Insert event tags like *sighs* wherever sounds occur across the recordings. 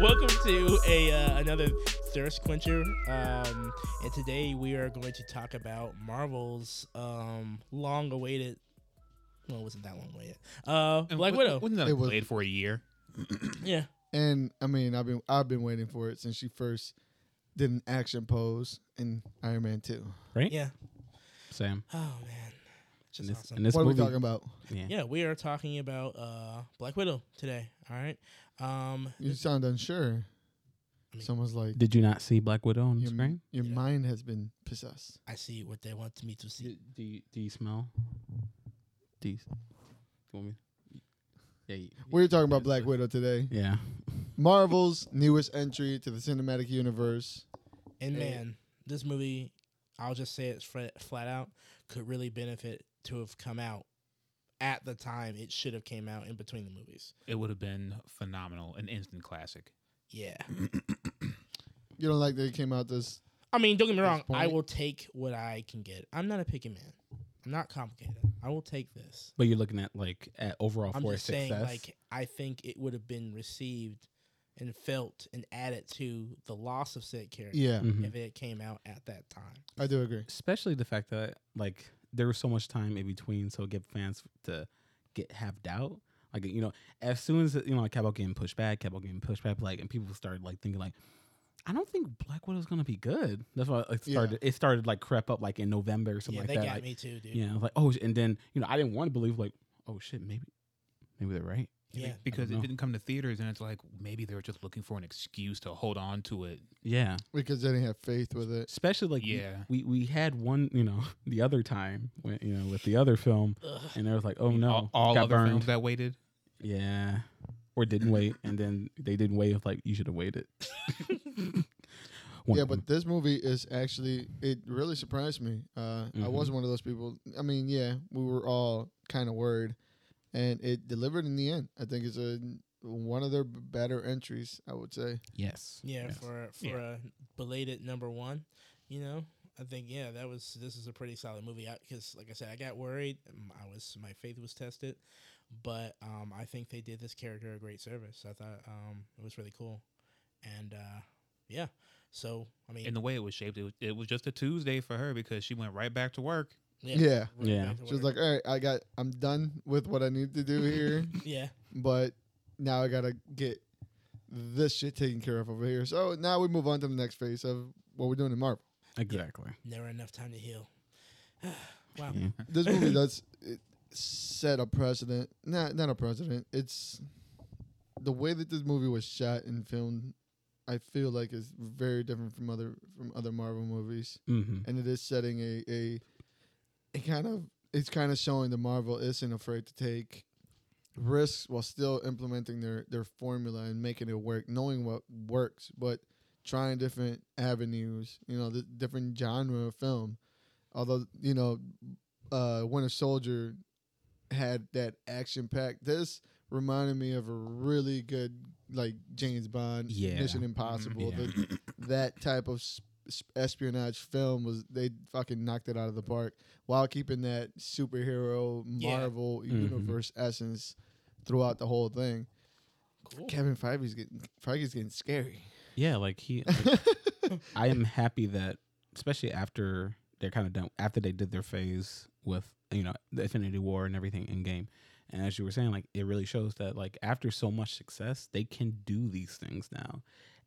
Welcome to a uh, another thirst quencher, um, and today we are going to talk about Marvel's um, long-awaited. Well, it wasn't that long awaited. Uh, And Black wa- Widow. Wasn't that It was- played for a year? yeah, And I mean, I've been I've been waiting for it since she first did an action pose in Iron Man Two. right? yeah. Sam. Oh man, It's just And this, awesome. and this what are we movie, talking about? yeah, we are talking about uh, Black Widow today. All right. Um, Mm. You sound unsure. mean, Someone's like, Did you not see Black Widow on the your, screen? your Yeah. mind has been possessed. I see what they want me to see. Do, do, you, do you smell? Do you, do you want me? Yeah. You, We're talking about Black Widow today. Yeah. Marvel's newest entry to the cinematic universe. And Yeah. man, this movie, I'll just say it fra- flat out, could really benefit to have come out at the time it should have came out in between the movies. It would have been phenomenal, an instant classic. Yeah. You don't like that it came out this I mean, don't get me This wrong. I point- will take what I can get. I'm not a picky man. I'm not complicated. I will take this. But you're looking at like at overall I'm for just success. saying, like, I think it would have been received and felt and added to the loss of said character Yeah, Mhm. if it came out at that time. I do agree. especially the fact that like there was so much time in between, so give fans to get have doubt. Like you know, as soon as you know, like kept getting pushed back, kept getting pushed back, like and people started like thinking like, I don't think Black Widow's gonna be good. That's why it Yeah. started. It started like crep up like in November or something yeah, like they that. got like, me too, dude. Yeah, I was like oh, sh- and then you know I didn't want to believe like oh shit maybe maybe they're right. yeah. Because know. it didn't come to theaters, and it's like maybe they were just looking for an excuse to hold on to it. Yeah, Because they didn't have faith with it. especially like we- Yeah. we, we had one you know *laughs* the other time when you know with the other film Ugh. and there was like oh no all, all got other burned. films that waited. Yeah. Or didn't wait, and then they didn't wait. If like you should have *laughs* waited. One Yeah, of them. but this movie is actually it really surprised me. Uh, I Mhm. was one of those people. I mean, yeah, we were all kind of worried, and it delivered in the end. I think it's a one of their b- better entries. I would say. yes, Yeah, Yes. for for Yeah. a belated number one, you know, I think yeah, that was this is a pretty solid movie. Because like I said, I got worried. Um, I was my faith was tested, but um, I think they did this character a great service. I thought um, it was really cool, and uh, yeah. So I mean, And the way it was shaped, it was, it was just a Tuesday for her because she went right back to work. Yeah. we're Yeah. back to She was work. like, "All right, I got. I'm done with what I need to do here, *laughs* yeah, but now I gotta get this shit taken care of over here." So now we move on to the next phase of what we're doing in Marvel. exactly. never enough time to heal. *sighs* wow. Yeah. *laughs* This movie does it set a precedent. Not not a precedent. It's the way that this movie was shot and filmed. I feel like is very different from other from other Marvel movies. hmm and it is setting a a, a kind of it's kind of showing that Marvel isn't afraid to take risks while still implementing their their formula and making it work, knowing what works, but trying different avenues, you know, the different genre of film. Although you know, uh, Winter Soldier had that action pack. This reminded me of a really good like James Bond, Yeah. Mm-hmm. Mission Impossible, yeah. the- that type of sp- espionage film was they fucking knocked it out of the park while keeping that superhero Yeah. Marvel Mhm. universe essence throughout the whole thing. Cool. Kevin Feige's getting Feige's getting scary. Yeah, like he. I am happy that, especially after they're kind of done after they did their phase with you know the Infinity War and everything in game, and as you were saying, like it really shows that like after so much success, they can do these things now,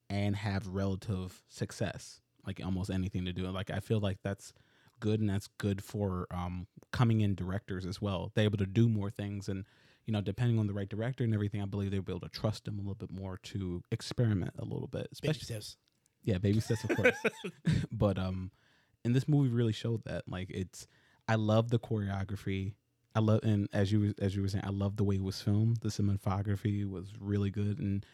and have relative success, like almost anything to do. Like I feel like that's good and that's good for um coming in directors as well. They're able to do more things and. You know, depending on the right director and everything, I believe they'll be able to trust them a little bit more to experiment a little bit, Baby especially steps. yeah, baby steps, of course. *laughs* but um, and this movie really showed that. Like, it's I love the choreography. I love, and as you were- as you were saying, I love the way it was filmed. The cinematography was really good, and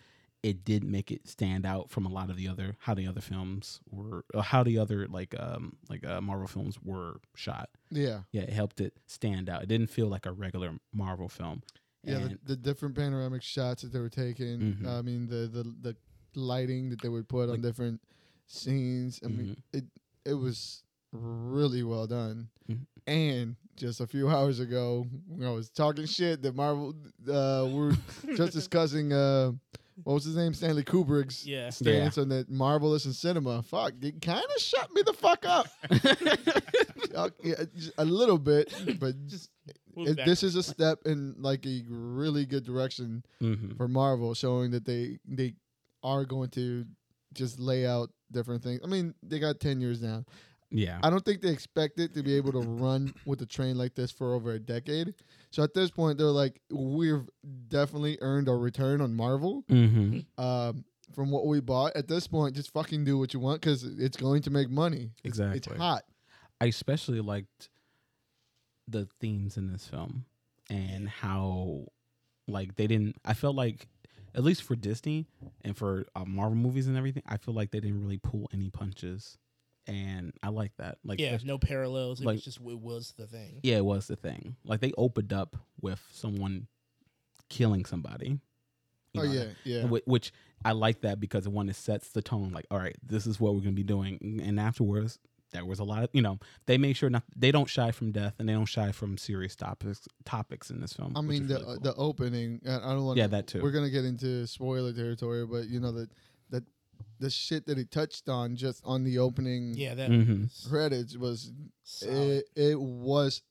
it did make it stand out from a lot of the other how the other films were, or how the other like um like uh, Marvel films were shot. *laughs* Yeah. Yeah, it helped it stand out. It didn't feel like a regular Marvel film. Yeah, And- *laughs* *laughs* the, the different panoramic shots that they were taking. Mhm. I mean, the, the the lighting that they would put on Like- Mm-hmm. different scenes. I mean, it it was really well done. Mhm. And just a few *laughs* hours ago, when I was talking shit that Marvel, uh, *laughs* we were just discussing uh, what was his name, Stanley Kubrick's Yeah. stance on that marvelous in cinema. Fuck, it kind of shut me the *laughs* fuck up. Uh, yeah, just a little bit, but Just move it, back. this is a step in like a really good direction hmm for Marvel, showing that they they are going to just lay out different things. I mean, they got ten years now. Yeah. I don't think they expected to be able to run with a train like this for over a decade. So at this point, they're like, we've definitely earned our return on Marvel Mm-hmm. um, from what we bought. At this point, just fucking do what you want because it's going to make money. It's- It's Exactly. hot. I especially liked the themes in this film and how like they didn't I felt like at least for Disney and for uh, Marvel movies and everything, I feel like they didn't really pull any punches. And I like that. Like yeah, there's- no parallels. It like- was just it was the thing. yeah, it was the thing. Like they opened up with someone killing somebody. You Oh, know, yeah, yeah. whi- which I like that because it one it sets the tone. Like, all right, this is what we're gonna be doing, and afterwards there was a lot of you know they make sure not they don't shy from death and they don't shy from serious topics topics in this film. I which mean is the uh, really cool. the opening. I I don't want. Yeah, that too. We're gonna get into spoiler territory, but you know that that the shit that he touched on just on the opening Yeah, that Mhm. was credits was solid. it, it was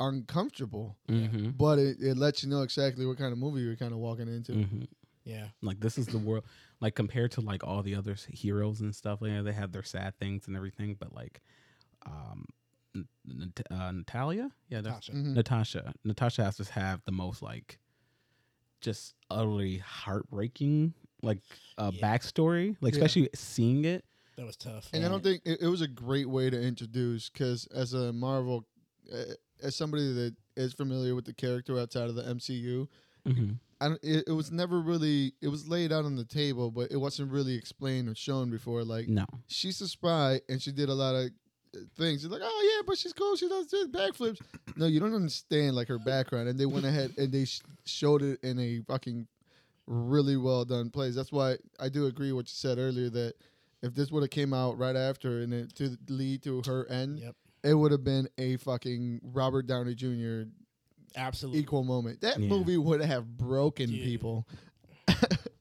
uncomfortable, Mhm, but it, it lets you know exactly what kind of movie you're kind of walking into. mhm. yeah. like this is the world like compared to like all the other s- heroes and stuff. You know, they have their sad things and everything, but like um N- Nat- uh, Natalia, yeah, that's Tasha. Mhm. Natasha. Natasha has to have the most like just utterly heartbreaking like uh, Yeah. backstory, like Yeah. especially seeing it. That was tough. And I don't think it, it was a great way to introduce because as a Marvel, uh, as somebody that is familiar with the character outside of the MCU, I don't, it, it was never really it was laid out on the table, but it wasn't really explained or shown before. Like No, she's a spy and she did a lot of uh, things. You're like, oh yeah, but she's cool. She does this backflips. No, you don't understand like her background. And they went ahead and they sh- showed it in a fucking really well done place. That's why I do agree what you said earlier that if this would have came out right after and it to lead to her end, Yep. it would have been a fucking Robert Downey Jr. absolutely. equal moment. That Yeah. movie would have broken Dude. people.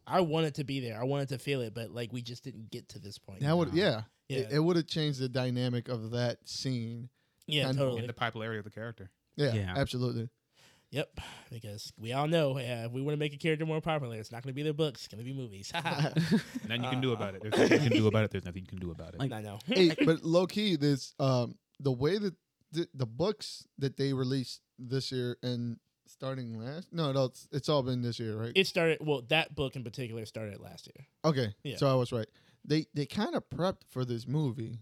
I wanted to be there. I wanted to feel it, but like we just didn't get to this point. That would Wow. yeah. yeah, It, it would have changed the dynamic of that scene. yeah, and- totally. and the popularity of the character. Yeah, Yeah. absolutely. Yep, because we all know uh, if we want to make a character more popular, it's not going to be their books, it's going to be movies. I *laughs* *laughs* Nothing you can do about it. *laughs* There's nothing you can do about it. There's nothing you can do about it. Like- know. *laughs* *laughs* hey, but low key, this um the way that the, the books that they released this year and starting last no no it's, it's all been this year right It started well. That book in particular started last year. okay yeah. so I was right they they kind of prepped for this movie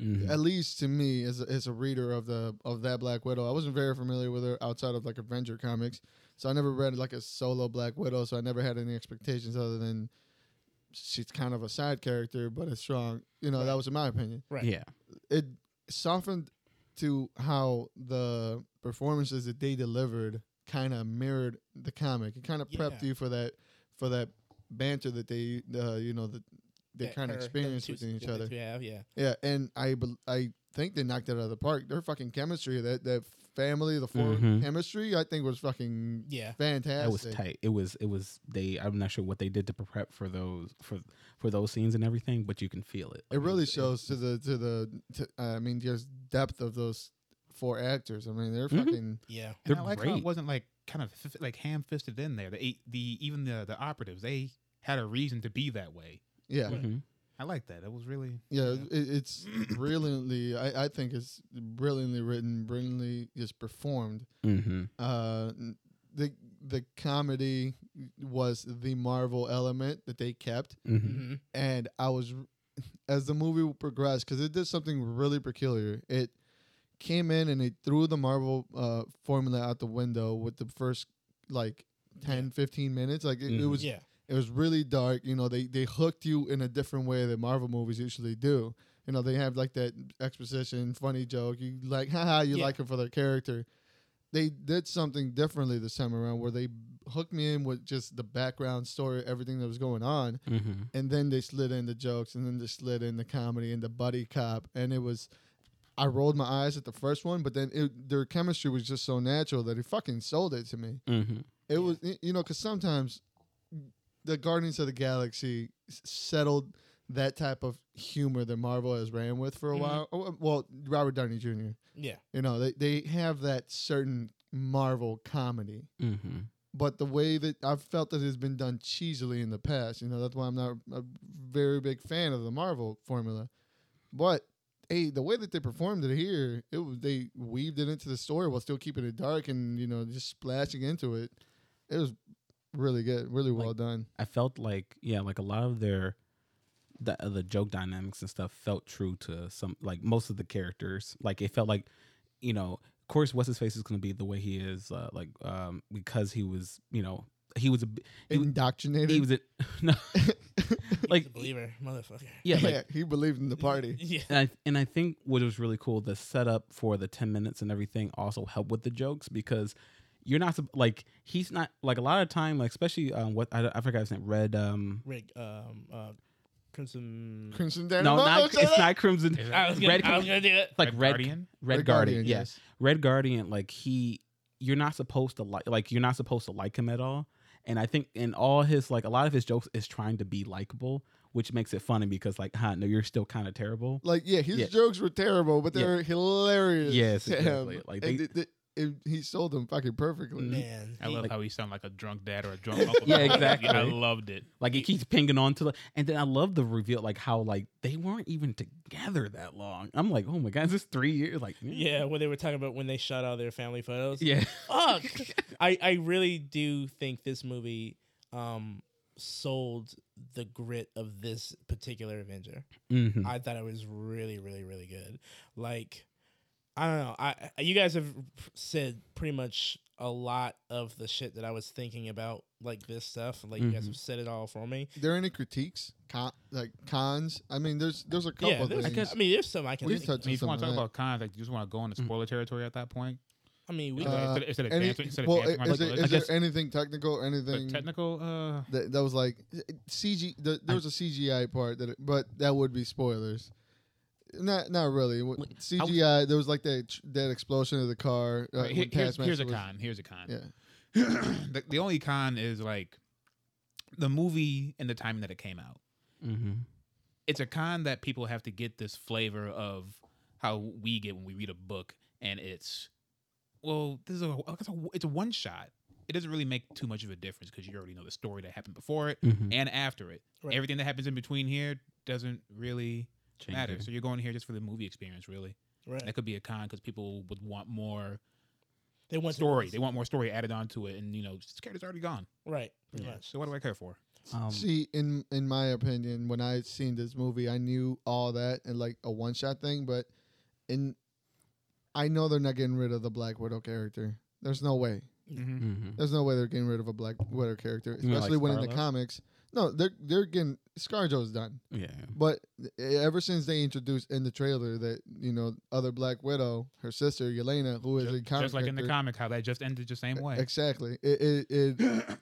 Mhm. at least to me as a, as a reader of the of that Black Widow I wasn't very familiar with her outside of like Avenger comics so I never read like a solo Black Widow so I never had any expectations other than she's kind of a side character but it's strong you know that was in my opinion Right. yeah, it softened to how the performances that they delivered kind of mirrored the comic. It kind of prepped Yeah. you for that for that banter that they uh, you know that they That kind her- of them experienced two- within each what the other. two have, yeah. Yeah, and I bel I think they knocked it out of the park. Their fucking chemistry, that that family, the 4 Mhm. chemistry, I think was fucking Yeah. fantastic. that was tight. It was it was they. I'm not sure what they did to prep for those for for those scenes and everything, but you can feel it. It really shows to the to the to, I mean just depth of those four actors. I mean they're Mhm. fucking Yeah. And They're I like how great. it wasn't like kind of f- like ham fisted in there. The eight, the even the the operatives they had a reason to be that way. yeah. Mhm. I like that. It was *laughs* really Yeah, Yeah. It, it's brilliantly. I, I think it's brilliantly written, brilliantly just performed. Mhm. Uh, n- the the comedy was the Marvel element that they kept, Mhm. hmm and I was *laughs* as the movie progressed because it did something really peculiar. It came in and it threw the Marvel uh, formula out the window with the first like 10, 15 minutes. Like it, it Mhm. was Yeah. it was really dark. You know, they they hooked you in a different way that Marvel movies usually do. You know, they have like that exposition, funny joke. You like, *laughs* haha, you Yeah. like him for their character. They did something differently this time around, where they hooked me in with just the background story, everything that was going on, Mm-hmm. and then they slid in the jokes, and then they slid in the comedy and the buddy cop, and it was. I rolled my eyes at the first one, but then it, their chemistry was just so natural that it fucking sold it to me. Mm-hmm. It was y- you know because sometimes the Guardians of the Galaxy s- settled that type of humor that Marvel has ran with for a Mhm. while. Oh, Well, Robert Downey Jr. *laughs* Yeah. You know they they have that certain Marvel comedy, Mm-hmm. but the way that I've felt that has been done cheesily in the past, you know that's why I'm not a very big fan of the Marvel formula. But hey, the way that they performed it here, it was they weaved it into the story while still keeping it dark and you know just splashing into it. It was really good, really well done. I felt like yeah, like a lot of their the uh, the joke dynamics and stuff felt true to some like most of the characters. Like it felt like you know, of course, what's his face is going to be the way he is, uh, like um, because he was you know he was a b- He w- Indoctrinated. *laughs* he was a *laughs* no Like like a believer, motherfucker. yeah like *laughs* yeah, he believed in the e party. *laughs* Yeah. and I, and I think what was really cool the setup for the 10 minutes and everything also helped with the jokes because you're not sup- like he's not like a lot of time like especially um what I, I forgot his name red um Rick, um, uh, Crimson. Crimson Dynamo. no not shut it's up! not crimson Is I was gonna, Red I was gonna do it. like red red, Guardian. guardian, yes Red Guardian, like he, you're not supposed to like, like you're not supposed to like him at all. And I think in all his like a lot of his jokes is trying to be likable, which makes it funny because like, huh, no, you're still kind of terrible. Like yeah, his Yeah. jokes were terrible, but they Yeah. were hilarious. Yes, to exactly. him. Like, And they- it- it- it- he sold them fucking perfectly. Man, I he- love how he sound like a drunk dad or a *laughs* drunk uncle. Yeah, exactly. I loved it. Like he keeps pinging on to the, and then I love the reveal, like how like they weren't even together that long. I'm like, oh my god, is this three years? Like, Yeah, when they were talking about when they shot all their family photos. *laughs* yeah, *laughs* Fuck. I, I really do think this movie um sold the grit of this particular Avenger. Mhm. Mm-hmm. I thought it was really, really, really good. Like, I don't know. I I- you guys have said pretty much a lot of the shit that I was thinking about, like this stuff. Like you guys Mhm. Mm-hmm. have said it all for me. there any critiques, con- like cons? I mean, there's there's a couple yeah, of there's, things. I, guess, I mean, there's some I can. We Think touched- of. I mean, if you want to Something talk like Mm. about cons, like you just want to go into spoiler territory at that point. I mean, we. Instead Uh, of- instead of Any- dancing, instead of well, dancing, i- I is, like- there- I is guess there anything technical? Anything the technical. Uh, that, that was like CG? The, there was a CGI part that, it, but that would be spoilers. Not not really. Wh- Like, I was- CGI. there was like that that explosion of the car. Uh, Right, when here- here's, Taskmaster here's a was- con. Here's a con. Yeah, *clears throat* the, the only con is like the movie and the time that it came out. Mhm. It's a con that people have to get this flavor of how we get when we read a book, and it's well, this is a it's a, it's a one shot. It doesn't really make too much of a difference because you already know the story that happened before it Mhm. and after it. Right. Everything that happens in between here doesn't really matter. So you're going here just for the movie experience, really. right. That could be a con because people would want more They went to- story. They want more story added onto it, and you know, this character's already gone. right. Pretty Yeah. much. So what do I care for? Um, See, in in my opinion, when I had seen this movie, I knew all that and like a one shot thing, but in I know they're not getting rid of the Black Widow character. There's no way. Mm-hmm. mhm. There's no way they're getting rid of a Black Widow character, mean like especially when in the Scarlet? comics. No, they're they're getting ScarJo's done, yeah, but e, ever since they introduced in the trailer that you know other Black Widow, her sister Yelena, who is Ju- a Just, comic like in the character- comic, how that just ended the same way. E-, Exactly. It, it, *coughs* it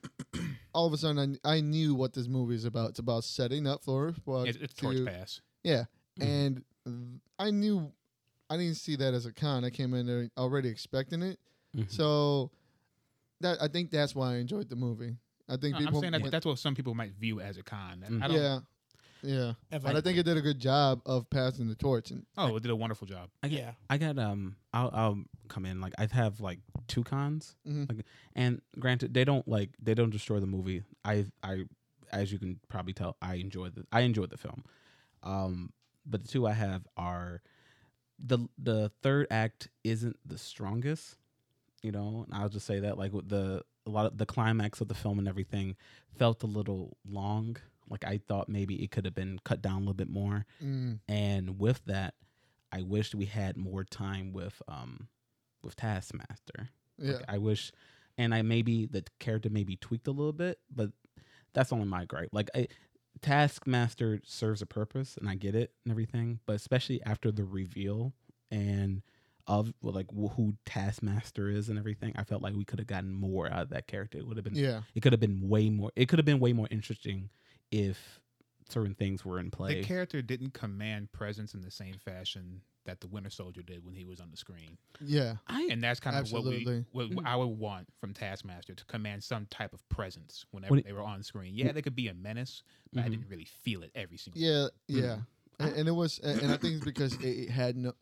all of a sudden I, I knew what this movie is about. It's about setting up for well, It- it's torch Mm-hmm. to- pass. yeah, Mhm. and th- I knew I didn't see that as a con. I came in there already expecting it, Mm-hmm. Mhm. so that I think that's why I enjoyed the movie. I think No, I'm people. saying that went- that's what some people might view as a con. And I Mm. don't, yeah, yeah, If but I think it did a good job of passing the torch. And Oh, it did a wonderful job. I get, yeah. I got um I'll I'll come in like I have like two cons. Mhm. Like and granted they don't like they don't destroy the movie. I I as you can probably tell I enjoyed the I enjoyed the film. Um but the two I have are the the third act isn't the strongest, you know, and I'll just say that like with the a lot of the climax of the film and everything felt a little long. Like I thought maybe it could have been cut down a little bit more. mm, And with that, I wished we had more time with um with Taskmaster. yeah, Like, I wish and I maybe the character maybe tweaked a little bit, but that's only my gripe. Like I Taskmaster serves a purpose and I get it and everything, but especially after the reveal and of well, like wh- who Taskmaster is and everything, I felt like we could have gotten more out of that character. It would have been Yeah. it could have been way more. It could have been way more interesting if certain things were in The play. character didn't command presence in the same fashion that the Winter Soldier did when he was on the screen, Yeah. I and that's kind of what we Absolutely. what Mm. I would want from Taskmaster to command some type of presence whenever When it- they were on screen. Yeah, they could be a menace, but I Mhm. didn't really feel it every single. Yeah, Mm. yeah, A- and, it was, a- and I think it's because it, it had no.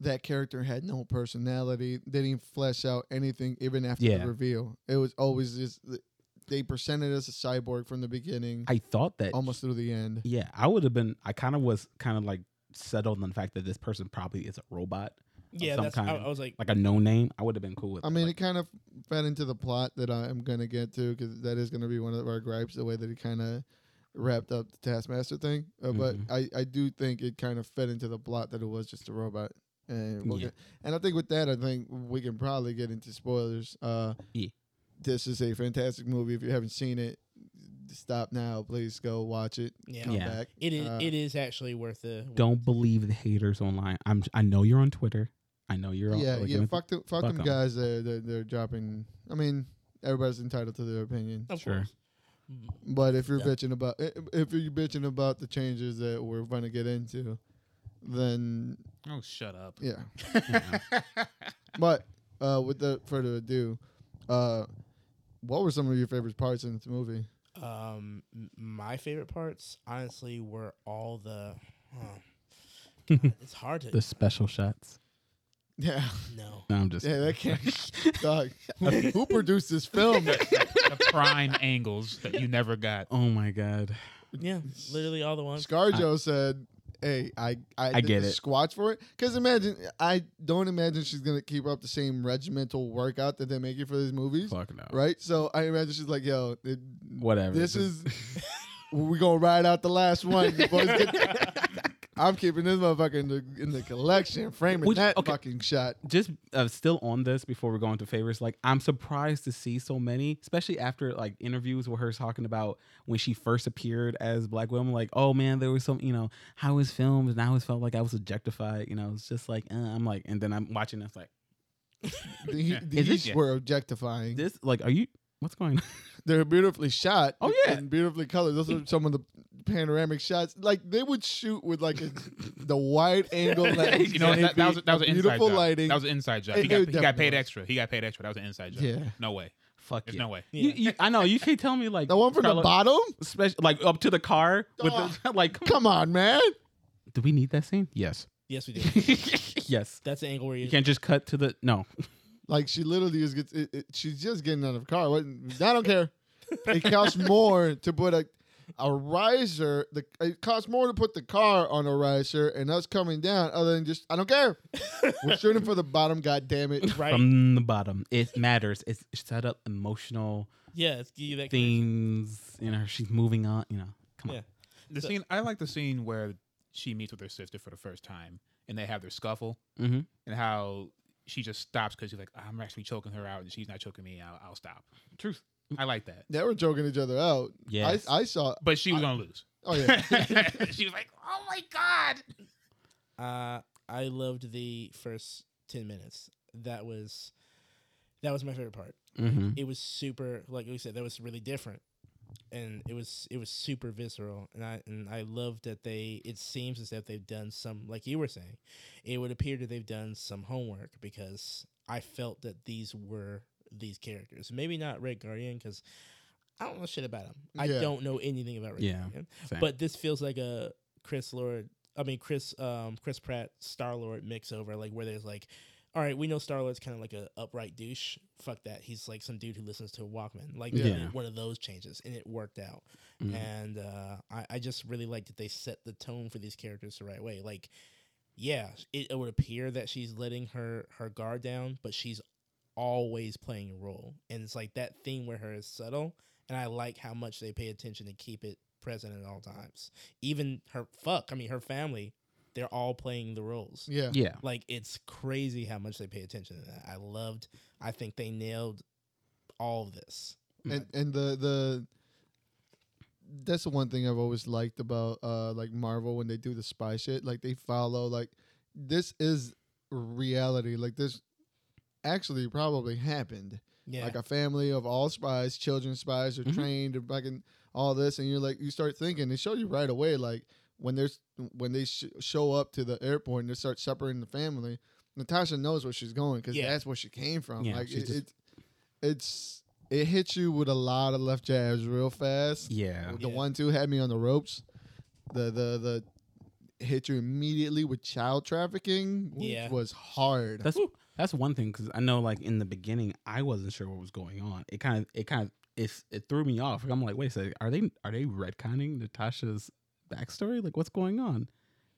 That character had no personality. They didn't flesh out anything, even after Yeah. the reveal. It was always just th- they presented us a cyborg from the beginning, I thought that almost through the end. Yeah, I would have been. I kind of was kind of like settled on the fact that this person probably is a robot, Yeah, some that's. I, kind. I was like, like a no name. I would have been cool with. I mean, it like, kind of fed into the plot that I'm gonna get to because that is gonna be one of our gripes. The way that it kind of wrapped up the Taskmaster thing, uh, Mhm. but I, I do think it kind of fed into the plot that it was just a robot. And we'll Yeah. get, and I think with that, I think we can probably get into spoilers. Uh, Yeah. This is a fantastic movie. If you haven't seen it, stop now. Please go watch it. yeah, Come Yeah. back. it is. Uh, it is actually worth the. don't believe the haters online. I'm. I know you're on Twitter. I know you're. on, yeah, like, yeah. and- Fuck, the, fuck, fuck them 'em. guys. They're, they're they're dropping. I mean, everybody's entitled to their opinion. Of Sure. course. But if you're Yeah. bitching about i- if you're bitching about the changes that we're going to get into, then Oh, shut up! *laughs* yeah. But uh, without further ado, uh, what were some of your favorite parts in this movie? Um, m- my favorite parts, honestly, were all the. *laughs* huh. God, it's hard to. the special shots. Yeah, no. No, I'm just. yeah, *laughs* that can't. dog, who, who produced this film? the prime *laughs* angles that you *laughs* never got. Oh my god. Yeah, literally all the ones. Scarjo *laughs* said, "Hey, I I, did get the it. Squats for it because imagine I don't imagine she's gonna keep up the same regimental workout that they make you for these movies, Fuck no. right? So I imagine she's like, yo, it, Whatever. this Just- is we gonna ride out the last one. You boys get- *laughs* I'm keeping this motherfucker in the in the collection, framing Which- that okay. fucking shot. just uh, still on this before we go into favors like i'm surprised to see so many especially after like interviews with her talking about when she first appeared as black woman like oh man there was some you know how was filmed and i always felt like i was objectified you know it's just like uh, i'm like and then i'm watching this like The, the Is it- East were objectifying. this like are you what's going on *laughs* They're beautifully shot. Oh, yeah. and beautifully colored. Those are some of the panoramic shots. Like they would shoot with like a, the *laughs* wide angle lens. You know and that, that it'd was that was be an inside beautiful job. lighting. That was an inside job. It- He it got, he got definitely paid was. extra. He got paid extra. That was an inside job. yeah, No way. fuck There's yeah. no way. You, you, i know you can't tell me like the one from the Scarlett- bottom. especially like up to the car with the, *laughs* like come Come on, man. on. do we need that scene *laughs* yes *laughs* Yes, we do. yes That's the angle where you you. can't just cut to the no Like she literally just gets. It, it, she's just getting out of the car. What- I don't care. It costs more to put a a riser. The it costs more to put the car on a riser and us coming down. Other than just, I don't care. We're shooting for the bottom. God damn it. Right. from the bottom. It matters. It's set up emotional yeah, it's give you that. themes. You know, she's moving on. You know, come on. Yeah. The So- scene I like the scene where she meets with her sister for the first time and they have their scuffle Mm-hmm. and how she just stops because she's like, I'm actually choking her out and she's not choking me. I'll, I'll stop. Truth. I like that. They were joking each other out. Yes. I, I saw. But she was gonna lose. Oh yeah. *laughs* she was like, Oh my god. Uh, I loved the first ten minutes. That was, that was my favorite part. mm-hmm. It was super, like you said, that was really different, and it was it was super visceral. And I and I love that they. It seems as if they've done some, like you were saying, it would appear that they've done some homework because I felt that these were these characters. Maybe not Red Guardian because. I don't know shit about him. I Yeah. don't know anything about Red Yeah. Guardian. But this feels like a Chris Lord, I mean Chris, um, Chris Pratt, Star Lord mix over, like where there's like, all right, we know Star Lord's kind of like a upright douche. Fuck that, he's like some dude who listens to Walkman. Like they Yeah. made one of those changes, and it worked out. Mhm. And uh, I, I just really liked that they set the tone for these characters the right way. Like, yeah, it, it would appear that she's letting her her guard down, but she's always playing a role, and it's like that theme where her is subtle. And I like how much they pay attention to keep it present at all times. Even her fuck, I mean her family, they're all playing the roles. yeah. yeah. Like it's crazy how much they pay attention to that. I loved. I think they nailed all of this. And and the the that's the one thing I've always liked about uh like Marvel when they do the spy shit. Like they follow like this is reality. Like this actually probably happened. Yeah. Like a family of all spies, children spies are Mhm. trained and fucking all this, and you're like you start thinking. They show you right away, like when there's when they sh- show up to the airport and they start separating the family. Natasha knows where she's going because Yeah. that's where she came from. Yeah, like she's it, just- it, it's it hits you with a lot of left jabs real fast. Yeah. The Yeah. one two had me on the ropes. The the the hit you immediately with child trafficking, which Yeah. was hard. That's that's one thing because I know like in the beginning I wasn't sure what was going on. It kind of it kind of it, it threw me off. I'm like, wait a second, are they are they retconning Natasha's backstory? Like, what's going on?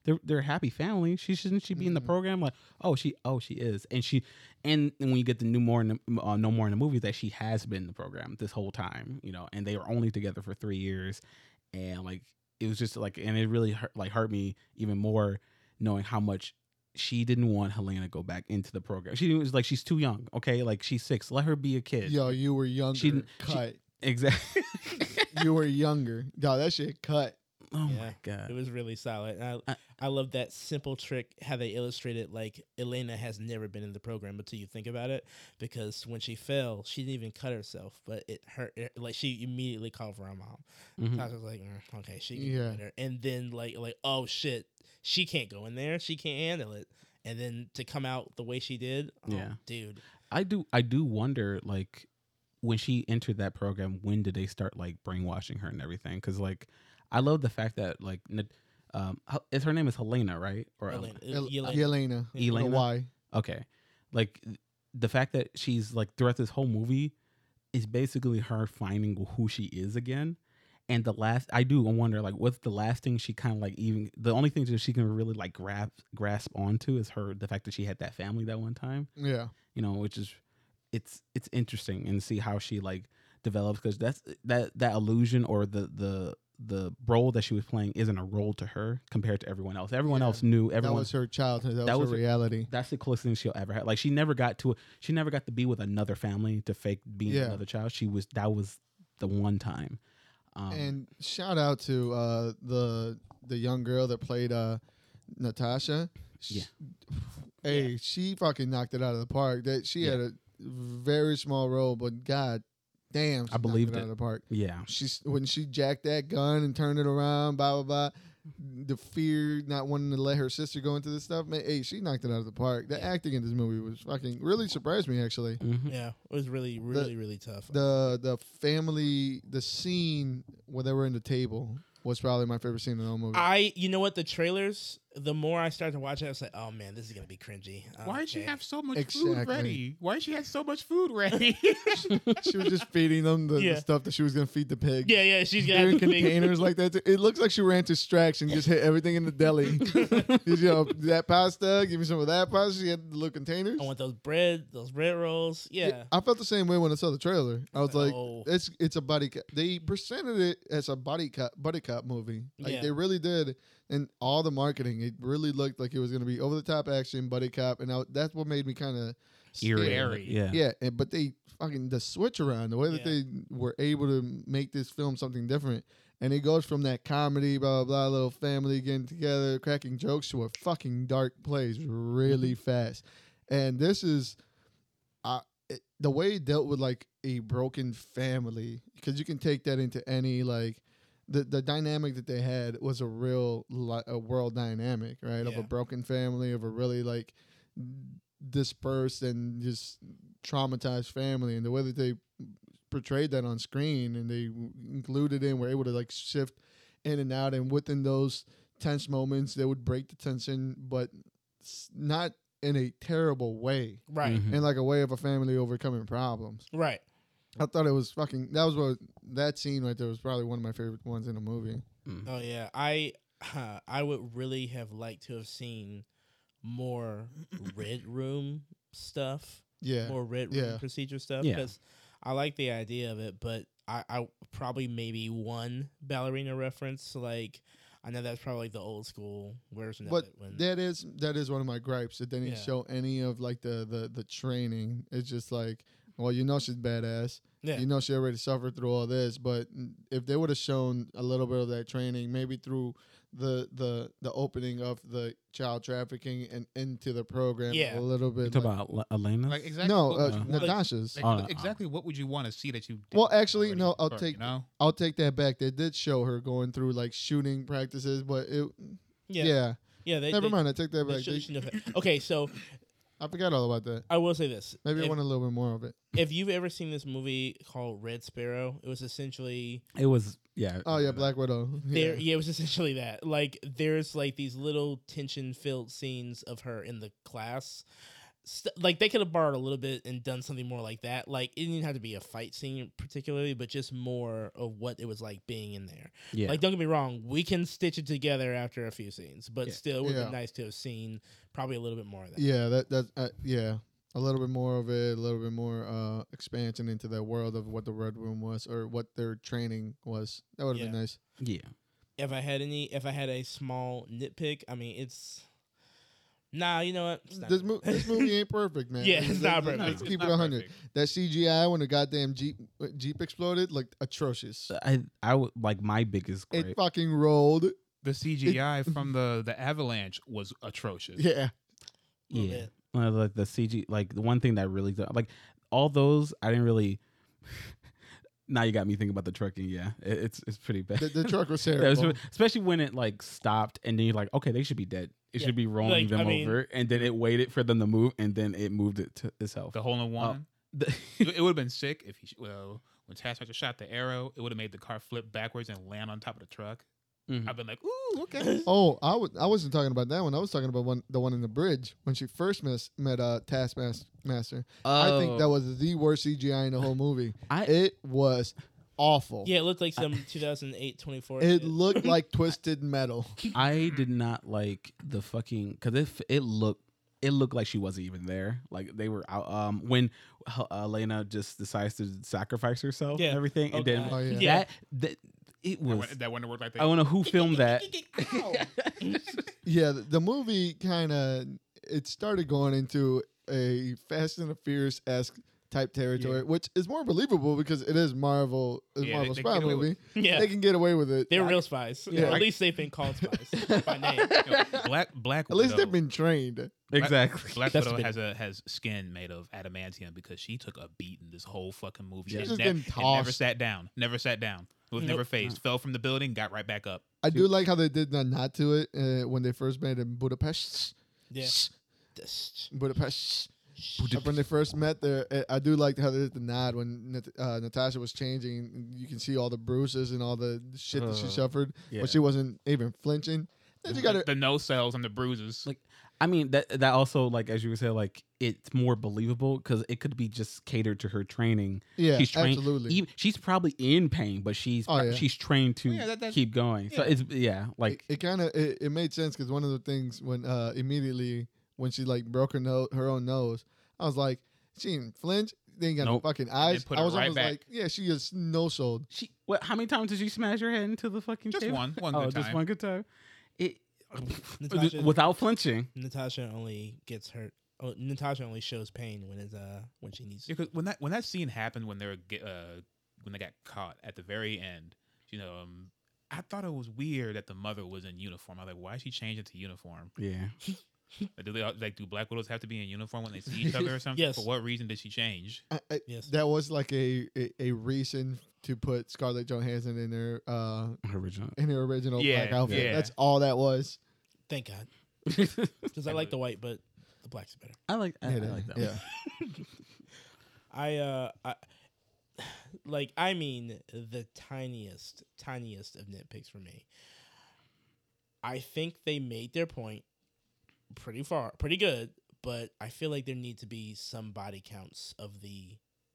They're they're a happy family. She shouldn't she be in the Mhm. program? Like, oh she oh she is, and she and, and when you get to new more in the, uh, no more in the movie that she has been in the program this whole time, you know, and they were only together for three years, and like it was just like and it really hurt, like hurt me even more knowing how much she didn't want Helena to go back into the program. She was like, she's too young. Okay, like she's six. Let her be a kid. Yo, you were younger. She- she- cut. Exactly. you were younger. Yo, that shit cut. *laughs* oh Yeah. my god. It was really solid. And I, I- I love that simple trick how they illustrated like Elena has never been in the program until you think about it because when she fell, she didn't even cut herself, but it hurt it- like she immediately called for her mom. Mhm. I was like, "Mm, okay, she can Yeah. yeah. her. And then like like oh shit, she can't go in there. She can't handle it. And then to come out the way she did, oh, Yeah. dude, I do. I do wonder like when she entered that program. When did they start like brainwashing her and everything? Because like I love the fact that like Nat- um, Hel- is her name is Helena, right? Or Ele- Elena, El- E-, Elena- Yelena. Yeah. Elena? Why? okay, like the fact that she's like throughout this whole movie is basically her finding who she is again. And the last, I do wonder, like, what's the last thing she kind of like even the only thing that she can really like grasp grasp onto is her the fact that she had that family that one time Yeah. you know which is it's it's interesting and see how she like develops because that's that that illusion or the the the role that she was playing isn't a role to her compared to everyone else everyone Yeah. else knew everyone that was her childhood. That, That was her was- reality. that's the closest thing she'll ever have like she never got to she never got to be with another family to fake being Yeah. another child she was that was the one time um and shout out to uh, the the young girl that played uh, Natasha. Sh- Yeah. Hey, she fucking knocked it out of the park. That she had a very small role, but god damn, she knocked believed it out it. of the park. yeah She's when she jacked that gun and turned it around, blah blah blah. The fear, not wanting to let her sister go into this stuff, man. Hey, she knocked it out of the park. The acting in this movie was fucking really surprised me. Actually, Mhm. yeah, it was really really really tough. the the family, the scene where they were in the table was probably my favorite scene in the whole movie. I, you know what, the trailers. The more I started to watch it, I was like, "Oh man, this is gonna be cringy." Uh, Why did she okay. have so much Oh, Exactly. food ready? Why did she have so much *laughs* food ready? *laughs* *laughs* she was just feeding them the, the Yeah. stuff that she was gonna feed the pig. Yeah, yeah, she's They're gonna in have to make. containers like that. too. It looks like she ran to Strax and just hit everything in *laughs* the deli. *laughs* She's, you know, that pasta, give me some of that pasta. She had the little *laughs* containers. I want those bread, those bread rolls. Yeah, I felt the same way when I saw the trailer. I was like, eh. Oh. "It's it's a buddy cop." They presented it as a buddy cop buddy cop movie. Like Yeah. they really did, and all the marketing, it really looked like it was going to be over the top action buddy cop, and I, that's what made me kind of Eerie. yeah Yeah, and, but they fucking the switch around the way that Yeah. they were able to make this film something different, and it goes from that comedy, blah blah blah, little family getting together, cracking jokes, to a fucking dark place *laughs* really fast, and this is, I it, the way it dealt with like a broken family because you can take that into any like. The, the dynamic that they had was a real li- a world dynamic, right? Of a Yeah. broken family, of a really like dispersed and just traumatized family and the way that they portrayed that on screen and they included in were able to like shift in and out and within those tense moments they would break the tension but s- not in a terrible way right, Mhm. in like a way of a family overcoming problems right. i thought it was fucking that was what that scene right there was probably one of my favorite ones in the movie Oh yeah, I, *sighs* huh, I would really have liked to have seen more *clears throat* red room stuff, yeah more red room Yeah. procedure stuff. Yeah. Because I like the idea of it, but I, I probably maybe one ballerina reference. Like I know that's probably the old school version But of it. When that is that is one of my gripes that they didn't Yeah. show any of like the the the training it's just like Well, you know she's badass. Yeah. You know she already suffered through all this, but if they would have shown a little bit of that training, maybe through the the the opening of the child trafficking and into the program Yeah. a little You bit. talk like- about Le- Elena. Like exactly. no, what- uh, No. Natasha's. like, Oh, look, no. exactly what would you want to see that you? did Well, actually, already no, I'll before, take- *laughs* You know? I'll take that back. They did show her going through like shooting practices, but it yeah. Yeah, yeah. They, Never they- mind, I take that they back. should- They- shouldn't have that. okay, so I forgot all about that. I will say this. Maybe I if, want a little bit more of it. if you've ever seen this movie called Red Sparrow, it was essentially it was yeah. Oh yeah, Black Widow. *laughs* there. Yeah. Yeah, it was essentially that. Like there's like these little tension-filled scenes of her in the class. St- like they could have borrowed a little bit and done something more like that. Like it didn't have to be a fight scene particularly, but just more of what it was like being in there. Yeah. Like, don't get me wrong, we can stitch it together after a few scenes, but Yeah. still, it would have Yeah. been nice to have seen probably a little bit more of that. Yeah, that that uh, yeah, a little bit more of it, a little bit more uh expansion into that world of what the Red Room was or what their training was. That would have been Yeah. nice. yeah. If I had any, if I had a small nitpick, I mean, it's nah, you know what? It's not This, good. mo- this *laughs* movie ain't perfect, man. Yeah, it's not perfect. Let's It's keep not it hundred. perfect. That CGI when the goddamn jeep uh, jeep exploded, like atrocious. I I would like my biggest It gripe. fucking rolled. The CGI from the the avalanche was atrocious. Yeah, little yeah. bit. Uh, like the CG, like the one thing that really like all those I didn't really. *laughs* now you got me thinking about the trucking. Yeah, it, it's it's pretty bad. the, the truck *laughs* was That was terrible. re- especially when it like stopped and then you're like, okay, they should be dead. It Yeah. should be rolling Like, them I mean- over, and then it waited for them to move, and then it moved it to itself. The hole in one. *laughs* The- it would have been sick if he sh- well when Taskmaster shot the arrow, it would have made the car flip backwards and land on top of the truck. Mhm. Mm-hmm. I've been like, ooh, okay. Oh, I w- I wasn't talking about that one. I was talking about one, the one in the bridge when she first mis- met uh, Taskmaster. I think that was the worst CGI in the whole movie. Oh. I- it was awful. Yeah, it looked like some 2008 24. *laughs* It looked like twisted metal. *laughs* I did not like the fucking because if it looked. It looked like she wasn't even there. Like they were out. Um, when H- Elena just decides to sacrifice herself Yeah. and everything, Oh, and then God. Oh, yeah. Yeah. that that it That was. one- that wonder worked like that. I wonder who *laughs* filmed that. Yeah, the, the movie kind of it started going into a Fast and the Furious esque type territory, which is more believable because it is Marvel, it's Yeah, they- Marvel they spy get away with movie. yeah, They can get away with it. they, are real spies. Yeah. At least they've been called *laughs* spies by name. Yo, black black. At least Widow, they've been trained. exactly. Black That's Widow been- has a has skin made of adamantium because she took a beating this whole fucking movie. She's and just ne- getting and never tossed. sat down. Never sat down. Was never Nope. phased. Fell from the building. Got right back up. I do like how they did that not to it uh, when they first made it in Budapest. Yeah. Budapest. When they first met there, uh, I do like how they did the nod when Nat- uh, Natasha was changing. You can see all the bruises and all the shit that she Uh, suffered, yeah. but she wasn't even flinching. Then you got The, to the no cells and the bruises. Like- I mean that that also like as you were saying like it's more believable because it could be just catered to her training. yeah, she's trained- absolutely. Even, she's probably in pain, but she's Oh, yeah. she's trained to Yeah, that- that's- keep going. So yeah. it's yeah like it, kind of it, it made sense because one of the things when uh immediately when she like broke her nose, her own nose, I was like, she didn't flinch. They ain't got Nope. no fucking eyes. put I it was right almost back. like, yeah, she just no sold. she what how many times did she smash her head into the fucking just table? one. One Oh, good just time. one good time. It *laughs* Natasha- without flinching. Natasha only gets hurt. Oh, Natasha only shows pain when it's uh when she needs. Yeah, 'cause when that when that scene happened when they were ge- uh, when they got caught at the very end, you know, um, I thought it was weird that the mother was in uniform. I was like, why is she changing to uniform? Yeah, Like, do they all- like do black widows have to be in uniform when they see each *laughs* other or something? Yes. For what reason did she change? I, I, Yes. that was like a, a a reason to put Scarlett Johansson in her uh *laughs* original. in her original black Yeah, outfit. yeah. That's all that was. Thank God, because I like the white, but the black's better. I like I, I yeah, like that. yeah. One. I uh I *sighs* like I mean the tiniest tiniest of nitpicks for me. I think they made their point pretty far, pretty good, but I feel like there need to be some body counts of the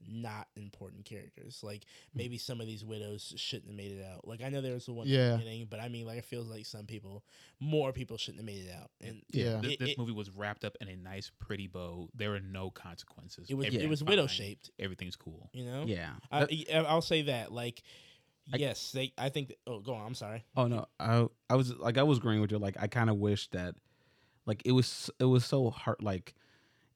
not important characters. Like Hmm. maybe some of these widows shouldn't have made it out. Like I know there was the one in Yeah. the beginning, but I mean like it feels like some people more people shouldn't have made it out. And Yeah. Th- It- this it- movie was wrapped up in a nice, pretty bow. There were no consequences. it was it Everything's was fine. widow shaped, Everything's cool. you know? yeah. I, That- I- I'll say that. Like, I- yes, they. I think. That, oh, go on. I'm sorry. Oh no, I I was like I was agreeing with you. Like I kind of wish that, like it was it was so hard. Like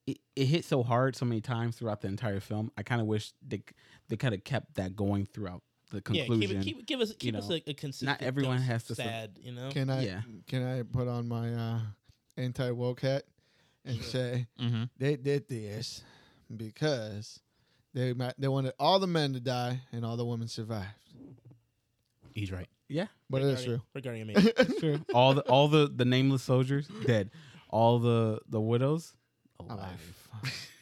it, it hit so hard so many times throughout the entire film. I kind of wish they they kind of kept that going throughout the conclusion. Yeah, keep, it- keep, give us keep us know, a, a consistent. everyone dose has of to sub- sad, you know. Can I Yeah. can I put on my uh, anti woke hat and Sure. say Mm-hmm. they did this because they ma- they wanted all the men to die and all the women survived. He's right. But it is true. *laughs* Regarding me, *laughs* Sure. *laughs* all the all the the nameless soldiers dead. All the the widows Oh, alive.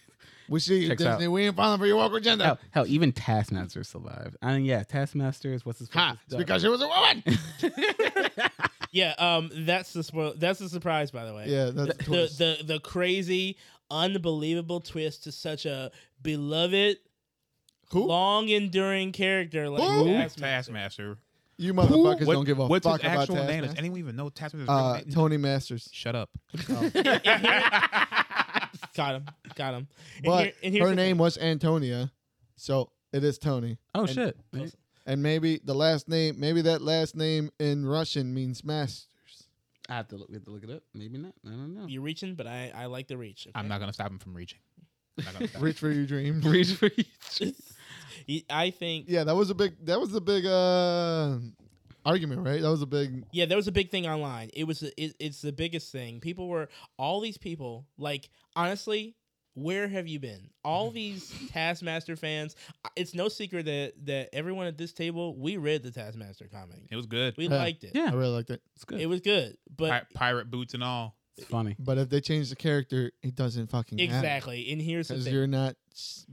*laughs* we see you, Checks Oh. Disney. We ain't falling for your woke agenda. Hell, hell, even Taskmaster survived. I mean, yeah, Taskmaster is what's his ha! face is It's dead. because she was a woman. *laughs* yeah. Um, that's the spoil. That's the surprise, by the way. yeah, that's the, twist. the, the the crazy, unbelievable twist to such a beloved, Who? long enduring character like Who? Taskmaster. Taskmaster. you motherfuckers What- don't give a what's fuck his about actual name? Does Taskmaster. anyone even know Taskmaster's real Uh, name? *laughs* Tony Masters. Um, Shut up. *laughs* *laughs* Got him. Got him. And But here- and here's her the- name was Antonia, so it is Tony. *laughs* Oh And- shit! And maybe the last name, maybe that last name in Russian means masters. I have to look, we have to look it up. Maybe not. I don't know. You're reaching, but I, I like the reach. I'm okay? not gonna stop him from reaching. I'm not gonna stop *laughs* him. Reach for your dreams. Reach for you. *laughs* Y- I think yeah. Yeah, that was a big. That was a big uh, argument, right? That was a big. there was a big thing online. It was it, it's the biggest thing. People were all these people like honestly, where have you been? *sighs* All these Taskmaster fans. I- It's no secret that that everyone at this table we read the Taskmaster comic. It was good. We Yeah. liked it. Yeah, I really liked it. it's good. It was good, but Pi- pirate boots and all. it's funny. But if they change the character, it doesn't fucking matter. exactly. And here's the Because thing. you're not. s-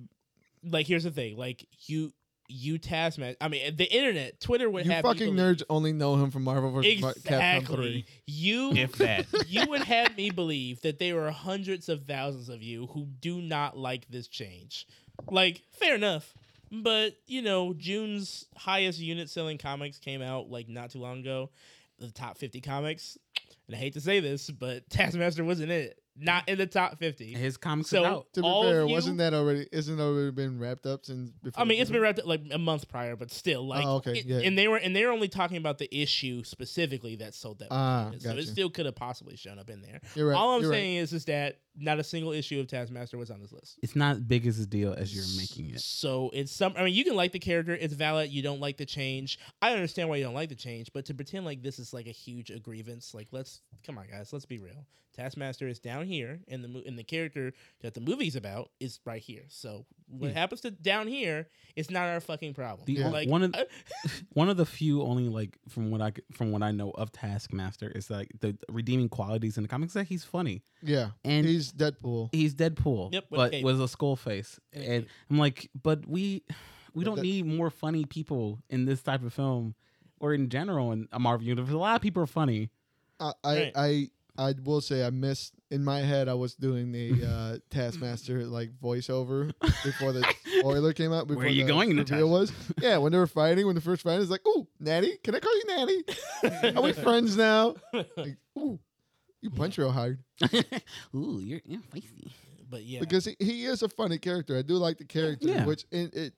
like here's the thing. Like you you Taskmaster. I mean, the internet, Twitter would You have fucking people- nerds only know him from Marvel vs. Mar- Capcom Exactly. 3. You If that. you would have me believe that there are hundreds of thousands of you who do not like this change. Like, fair enough. But, you know, June's highest unit selling comics came out like not too long ago, the top 50 comics. And I hate to say this, but *laughs* Taskmaster wasn't in it. Not in the top 50. His comics So- are out. To be All fair, of you- wasn't that already? Isn't it already been wrapped up since before? I mean, it's the- been wrapped up like a month prior, but still, like, Oh, okay, it- yeah. and they were and they were only talking about the issue specifically that sold that. much Ah, units, so gotcha. it still could have possibly shown up in there. You're right. All I'm you're right. saying is, is that not a single issue of Taskmaster was on this list. It's not as big as a deal as you're making it. So it's some. I mean, you can like the character. It's valid. You don't like the change. I understand why you don't like the change, but to pretend like this is like a huge a grievance, like let's come on, guys, let's be real. Taskmaster is down here, and the mo- and the character that the movie's about is right here. So what Hmm. Yeah. happens to down here is not our fucking problem. The Yeah. Like *laughs* one of- uh, One of the few only like from what I c- from what I know of Taskmaster is like the redeeming qualities in the comics is that he's funny Yeah, and he's, he's Deadpool. Deadpool, Yep, with a but cape. with a skull face. And And, a cape. I'm like, but we we But don't that- need more funny people in this type of film or in general in a Marvel universe. A lot of people are funny. I, I, Right. I, I will say I missed in my head. I was doing the *laughs* uh, Taskmaster like *laughs* voiceover before the spoiler came out. Before Where are you the going, Natasha? Reveal was yeah. When they were fighting, when the first fight is like, "Ooh, Natty, can I call you Natty? Are we friends now?" Like, ooh, you punch real hard Ooh, you're, you're feisty. *laughs* but yeah, because he, he is a funny character. I do like the character, Yeah. which it, it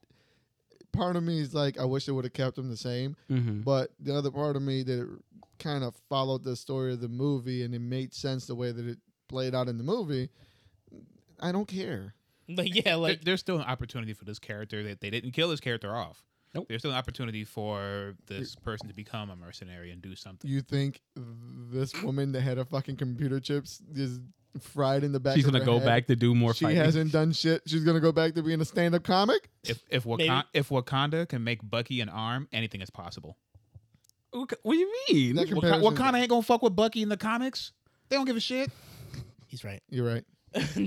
part of me is like I wish they would have kept him the same. Mm-hmm. But the other part of me that it kind of followed the story of the movie and it made sense the way that it played out in the movie, I don't care. like yeah, There- like there's still an opportunity for this character that they didn't kill this character off. Nope. There's still an opportunity for this person to become a mercenary and do something. You think this woman that had a fucking computer chips is fried in the back? She's of gonna her go head? back to do more She fighting. hasn't done shit. She's gonna go back to being a stand-up comic. If if Wakanda, Maybe. if Wakanda can make Bucky an arm, anything is possible. What what do you mean? That Waka- comparison- Wakanda ain't gonna fuck with Bucky in the comics. They don't give a shit. he's right. You're right.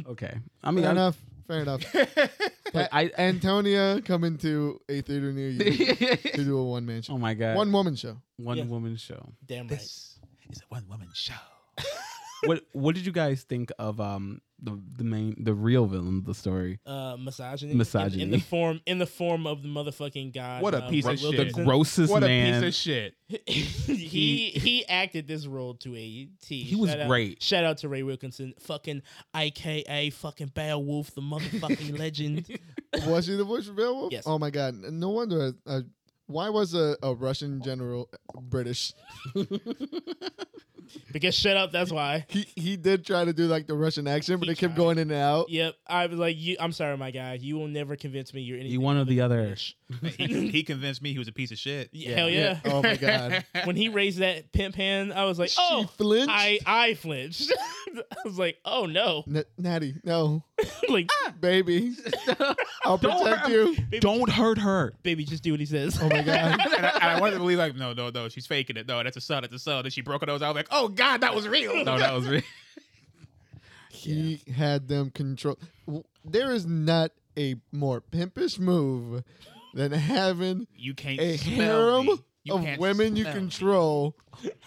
okay, I Fair mean, I know. enough. Fair enough. *laughs* But I, Antonia coming to a theater near *laughs* you to do a one-man show, oh my god, one woman show. one Yeah. woman show. Damn right. This is a one woman show. *laughs* what What did you guys think of um the the main the real villain of the story? Uh, misogyny, Misogyny. in, in the form in the form of the motherfucking god. What a uh, piece of Ray shit. The Wilkinson. grossest what a man. piece of shit. *laughs* he he acted this role to a T. He was out- great. shout out to Ray Wilkinson, fucking AKA fucking Beowulf, the motherfucking *laughs* legend. Was she the voice for Beowulf? Yes. Oh my god! No wonder. Uh, why was a, a Russian general British? because shut up. That's why. He he did try to do like the Russian accent, but He it kept tried. going in and out. Yep. I was like, you. I'm sorry, my guy. You will never convince me you're anything. You one or other the than other. rich." he, he convinced me he was a piece of shit. Y- Hell *laughs* yeah. Oh *laughs* my god. when he raised that pimp hand, I was like, she oh, flinched. I I flinched. *laughs* I was like, oh no, *laughs* N- Natty, no, like Ah. *laughs* baby, I'll Don't protect hurt you. Don't hurt her. baby, just do what he says. Oh my god. *laughs* and, I, and I wanted to believe like, no, no, no, she's faking it. No, that's a son, that's a son. And she broke her nose. I was like, oh god, that was real. No, that was real. He had them control. w- There is not a more pimpish move than having *laughs* you can't a smell harem me. You of can't women you smell me. control,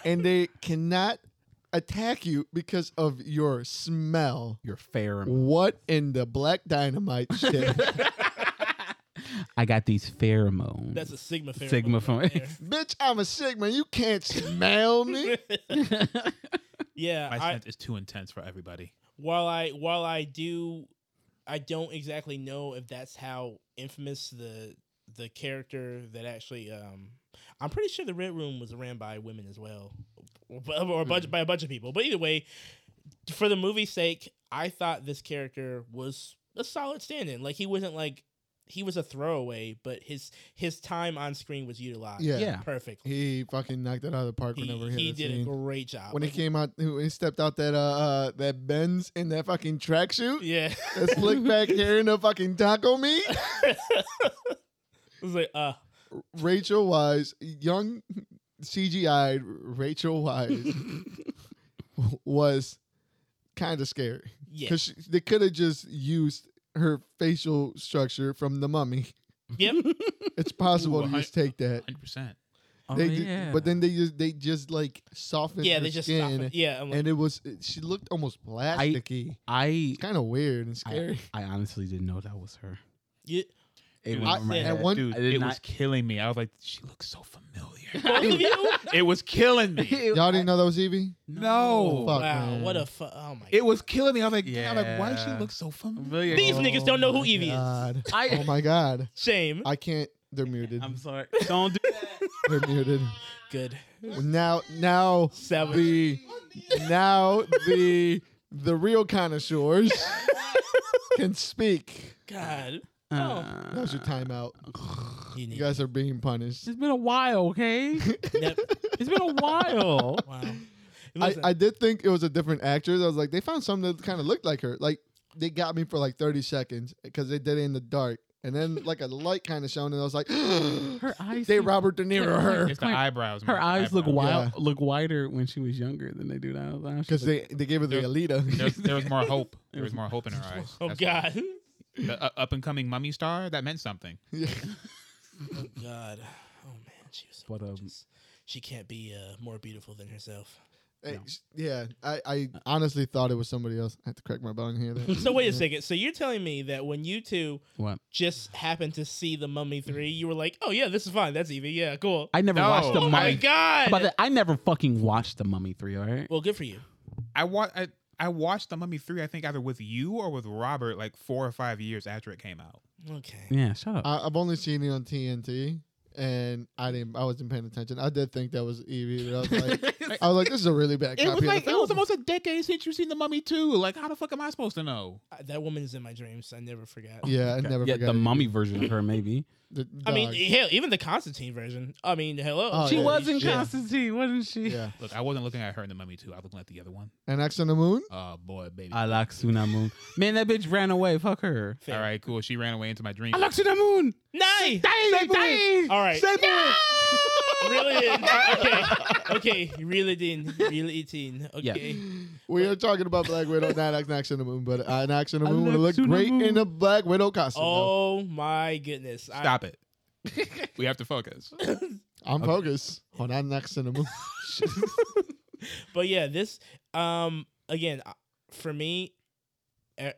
and they cannot attack you because of your smell. You're fair. What in the black dynamite *laughs* shit? I got these pheromones. *laughs* That's a sigma pheromone. Sigma right pheromone. Bitch, I'm a Sigma. You can't smell *laughs* me. there. *laughs* yeah, My I, scent is too intense for everybody. while I while I do, I don't exactly know if that's how infamous the the character that actually. um I'm pretty sure the Red Room was ran by women as well, or, bu- or a bunch by a bunch of people. But either way, for the movie's sake, I thought this character was a solid stand-in. Like he wasn't like he was a throwaway, but his his time on screen was utilized. Yeah. Yeah. perfectly. He fucking knocked it out of the park He, whenever he, he had the did a scene. great job. when he Like, came out, when he stepped out that uh, uh that Benz in that fucking tracksuit, *laughs* yeah, that *laughs* slick *laughs* back hair and the fucking taco meat. I was like, uh, Rachel Wise, young CGI'd Rachel Wise *laughs* was kind of scary yeah, because they could have just used her facial structure from *laughs* the mummy. yep, It's possible Ooh, to I- just take Uh, that. 100%. Oh, they ju- yeah. but then they just they just like softened yeah. her They just stopped. skin, him. Yeah, I'm like, and it was she looked almost plasticky. I, It's kind of weird and *laughs* I scary. I honestly didn't know that was her. *laughs* you, It Dude, went I- over my at head. one- Dude, I did it not- was killing me. I was like, she looks *laughs* so familiar. both of you? it was killing me. Y'all didn't know that was Evie. No. Fuck, wow, man. what a fu- oh my. It was killing me. I was like, yeah. like, why does she Yeah. look so familiar? Familiar. *laughs* These Oh niggas don't know who my Evie *laughs* God. I, Oh my god, is. Shame. I can't. They're muted. I'm sorry. Don't do *laughs* that. They're *laughs* muted. Good. Now, now Seven. the now the the real connoisseurs can speak. God. Uh, Oh. That was your timeout. You You need. guys are being punished. It's been a while, okay? *laughs* Yep. It's been a while. Wow. I, *laughs* Listen, I did think it was a different actress. I was like, they found something that kind of looked like her. Like they got me for like thirty seconds because they did it in the dark, and then like a light kind of shone, and I was like, *gasps* Her eyes. they look- Robert De Niro her It's the Her eyebrows. man. Her eyes look wild, Eyebrows. look wider when she was younger than they do now. now. she's because like- they they gave her the *laughs* There- There Alita. was, there was more hope. *laughs* There was more hope in her eyes. oh That's why. God. The uh, up and coming mummy star that meant something. *laughs* Oh God. Oh man, she was so But, um, gorgeous. She can't be uh, more beautiful than *laughs* herself. Hey, sh- yeah, I, I honestly thought it was somebody else. I had to crack my bone here. So wait a second. So you're telling me that when you two what? just happened to see the Mummy Three, you were like, "Oh yeah, this is fine. That's Evie. Yeah, cool." I never No. watched the oh my Mummy. God. But I never fucking watched the Mummy Three. All right. well, good for you. I wa- I, I watched The Mummy 3, I think, either with you or with Robert, like four or five years after it came out. Okay. Yeah. Shut up. I, I've only seen it on TNT, and I didn't. I wasn't paying attention. I did think that was Evie, but I was *laughs* like, I was like, this is a really bad copy. It was of like the it was film. almost a decade since you seen the Mummy Two. Like, how the fuck am I supposed to know? Uh, That woman is in my dreams. I never forgot. Yeah, I Okay. never yeah, forgot. the it. Mummy version of her, maybe. The I mean, dog. hell, even the Constantine version. I mean, hello. *laughs* Oh, she yeah. was in Yeah. Constantine, wasn't she? yeah, Look, I wasn't looking at her in the Mummy Two. I was looking at the other one. an X on the moon. Oh boy, *laughs* baby. I like Sunamoon. Man, that bitch ran away. *laughs* Fuck her. Fair. All right, cool. She ran away into my dream. I like Sunamoon. *laughs* Nice. Dang, dang. All right. Save her. Really *laughs* in. Okay. Okay. Really in. Really eating. Okay. We are talking about Black Widow, not an X on the moon, but uh, an X on the An moon would have X looked on the great Moon. in a Black Widow costume. though. Oh my goodness. I- *laughs* Stop it. we have to focus. I'm focused on that X on the moon. *laughs* but yeah, this. Um. Again, uh, for me, uh,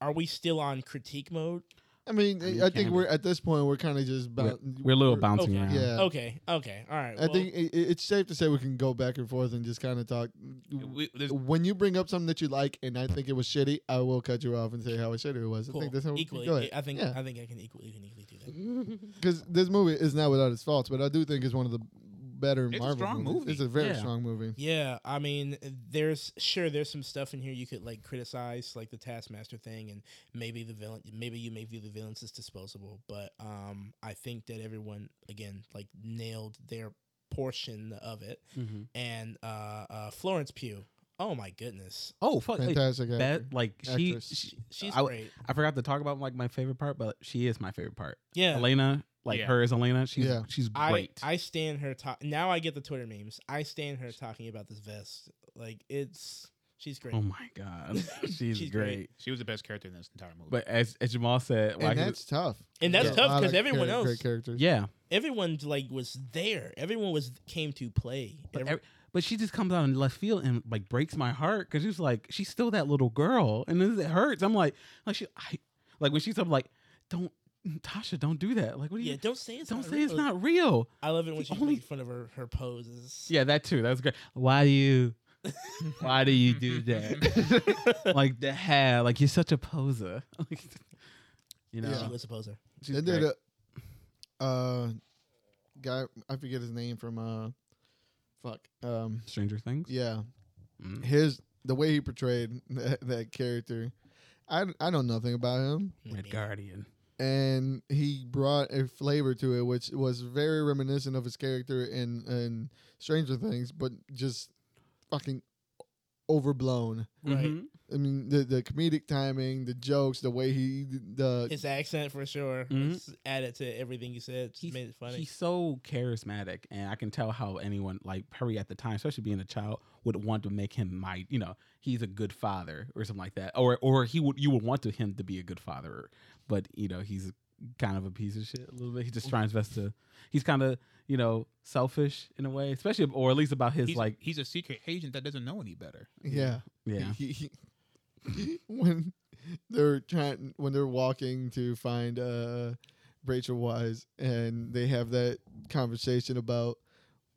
are we still on critique mode? I mean, I mean, I think Canada. we're at this point. We're kind of just We're, bound. we're a little we're- bouncing okay. around. Yeah. Okay. Okay. All right. I well, think it, it's safe to say we can go back and forth and just kind of talk. We, *laughs* there's- When you bring up something that you like and I think it was shitty, I will cut you off and say how shitty it was. I cool. think that's how we can equally. do it. I think. Yeah. I think I can equally. You can equally do that. because this movie is not without its faults, but I do think it's one of the better It's a Marvel strong movie. movie. It's a very Yeah. strong movie. Yeah, I mean, there's sure there's some stuff in here you could like criticize, like the Taskmaster thing, and maybe the villain, maybe you may view the villains as disposable, but um, I think that everyone again like nailed their portion of it, Mm-hmm. and uh, uh Florence Pugh, oh my goodness, Oh fuck! Like, Fantastic. actor. that like she, Actress. she, she's I, great. I forgot to talk about like my favorite part, but she is my favorite part. Yeah, Elena, like Yeah. her is Elena. She's Yeah. she's I great. I stand her talk. Now I get the Twitter memes. I stand her talking about this vest. Like it's she's great. oh my *laughs* god, *laughs* she's, She's great. great. She was the best character in this entire movie. But as, as Jamal said, why and could- that's tough. And that's Yeah. tough A lot 'cause of everyone great- else- great characters. yeah, Everyone like was there. Everyone was came to play. but Every- ev- but she just comes out in left field and like breaks my heart because she's like she's still that little girl and this- it hurts. I'm like like she I, like when she's up like don't Tasha don't do that like what do you yeah, don't say it's don't not say real. it's not real. I love it when The she only- makes fun of her, her poses. Yeah, that too. That was great. Why do you? Why do you *laughs* do that? *laughs* like the hair. Like you're such a poser. *laughs* Like, you know. Yeah. She was a poser. she's they did great. a uh guy I forget his name from uh fuck. Um Stranger Things. yeah. Mm. His the way he portrayed *laughs* that, that character. I I know nothing about him. Red Guardian. And he brought a flavor to it which was very reminiscent of his character in in Stranger Things, but just fucking overblown. Right. Mhm. I mean the the comedic timing, the jokes, the way he the His accent for sure. Mhm. It's Added to everything you said. Just He's- made it funny. He's so charismatic, and I can tell how anyone like Perry at the time, especially being a child, would want to make him my. You know, he's a good father or something like that, or or he would you would want to him to be a good father, but you know he's kind of a piece of shit a little bit. He just tries his best to. He's kind of you know selfish in a way, especially or at least about his he's like like he's a secret agent that doesn't know any better. yeah. yeah. *laughs* He- he- when they're trying when they're walking to find uh Rachel Wise and they have that conversation about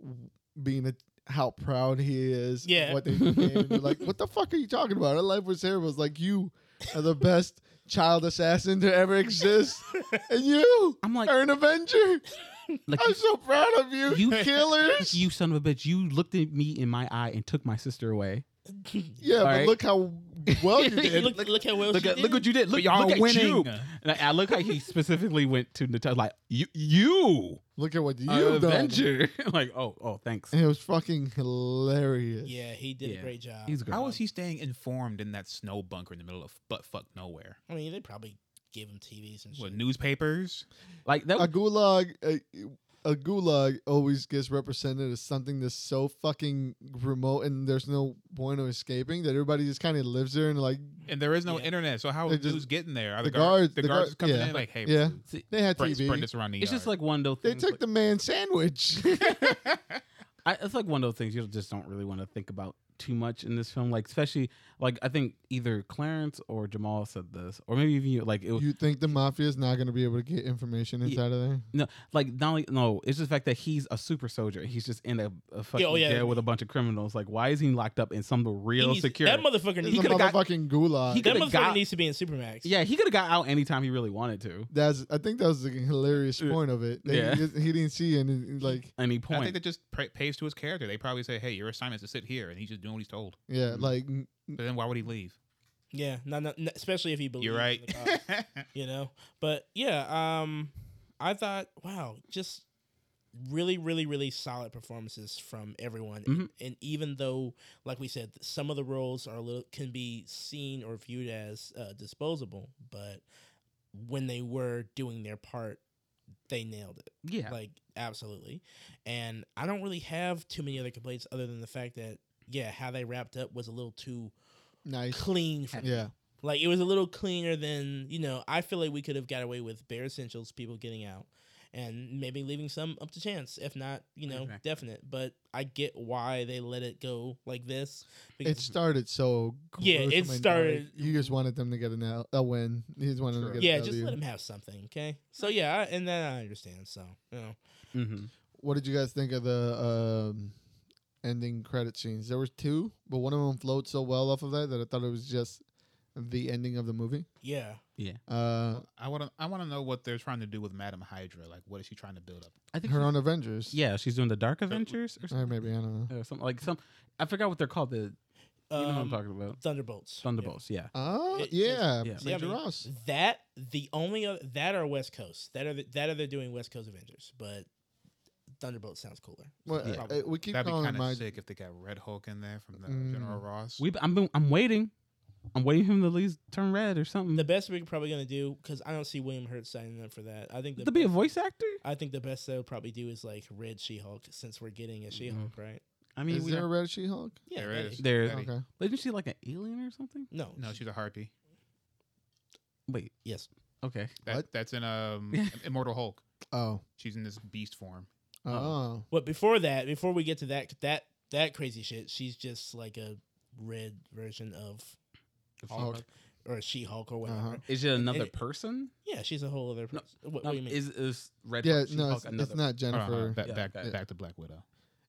w- being a how proud he is of Yeah. what they became. They're like what the fuck are you talking about our life was terrible it's like you are the best child assassin to *laughs* ever exist and you I'm like, are an avenger like i'm so proud of you you You- *laughs* killers you son of a bitch, you looked at me in my eye and took my sister away. *laughs* *laughs* yeah but Alright. look how *laughs* well you did look, look how well Look she at did. look what you did. Look, But y'all look at winning. you. And I, I look how he specifically went to Natalia like you you look at what you you done Avenger. *laughs* like, oh, oh, thanks. It was fucking hilarious. yeah, he did a Yeah. great job. He's great. How is he staying informed in that snow bunker in the middle of butt fuck nowhere? I mean, they probably gave him TVs and shit. What newspapers? Like that A gulag, a, a gulag always gets represented as something that's so fucking remote and there's no point of escaping that everybody just kind of lives there and like And there is no Yeah. internet, so how They is just- news getting there? Are the the, guards, guards- the the guards guard- coming yeah. in like, hey, Yeah. See, they had Spread, TV. spread this around the it's yard. just like one of those they things. took like- the *laughs* man sandwich. I, it's like one of those things you just don't really want to think about too much in this film. Like especially like I think either Clarence or Jamal said this, or maybe even you. Like it was you think the mafia is not going to be able to get information Yeah. inside of there? no, like not only no. It's just the fact that he's a super soldier. He's just in a, a fucking oh, yeah. jail with a bunch of criminals. Like why is he locked up in some He real needs- security? That motherfucker It's needs. a could've got- motherfucking gulag. he that could've motherfucker got- needs to be in Supermax. yeah, he could have got out anytime he really wanted to. that's I think that was the hilarious Yeah. point of it. They- Yeah. he, he didn't see and it- like Any I point. think that just pra- pays to his character. They probably say, "Hey, your assignment is to sit here," and he's just doing what he's told. Mm. yeah like But then why would he leave? yeah. Not, not, not- especially if he believes. You're in right. the cops. *laughs* you know but yeah um i thought wow just really really really solid performances from everyone Mhm. and even though like we said some of the roles are a little can be seen or viewed as uh, disposable but when they were doing their part they nailed it yeah. like absolutely and i don't really have too many other complaints other than the fact that yeah how they wrapped up was a little too nice. clean for Yeah. like it was a little cleaner than you know. I feel like we could have got away with bare essentials, people getting out, and maybe leaving some up to chance, if not you know Exactly. definite. But I get why they let it go like this. It started so Yeah, it gruesome and dark. started- You just wanted them to get an L, a win. You just wanted Sure. them to get yeah, an just W. let him have something, okay? So yeah, I, and then I understand. So you know, hmm What did you guys think of the um, ending credit scenes? There was two, but one of them flowed so well off of that that I thought it was just the ending of the movie. Yeah. Uh, I want to. I want to know what they're trying to do with Madam Hydra. Like, what is she trying to build up? I think her on Avengers. yeah, she's doing the Dark Adventures or Or something. maybe I don't know. Or something like some. I forgot what they're called. The you know what I'm Um, talking about. Thunderbolts. Yeah. Thunderbolts. Yeah. Oh It- yeah, yeah. Yeah, I Major mean, Ross. That the only other, that are West Coast. That are the, that are they're doing West Coast Avengers, but Thunderbolt sounds cooler. Well, Yeah. uh, uh, we keep That'd be calling kind my of sick if they got Red Hulk in there from the Mm. General Ross. We. I'm. been- I'm waiting. I'm waiting for him to at least turn red or something. The best we're probably gonna do because I don't see William Hurt signing up for that. I think the to be a voice actor. I think the best they'll probably do is like Red She Hulk since we're getting a She Hulk, Mm-hmm. right? I Is mean, we there a are- Red She Hulk? Yeah, There Betty. is. there. Betty. Okay. But isn't she like an alien or something? No, No, she's a harpy. Wait. yes, Okay. That, What? That's *laughs* in um Immortal Hulk. Oh. She's in this beast form. Uh, Oh. but before that, before we get to that that that crazy shit, she's just like a red version of Oh, Hulk or She Hulk or whatever. Uh-huh. Is it another it- person? Yeah, she's a whole other. Person. what, No, what do you mean? Is is Red? Yeah. Hulk, No, She-Hulk it's, it's another- Uh-huh. not Hold on, Jennifer. hold on. Back, Yeah, back, okay. back to Black Widow.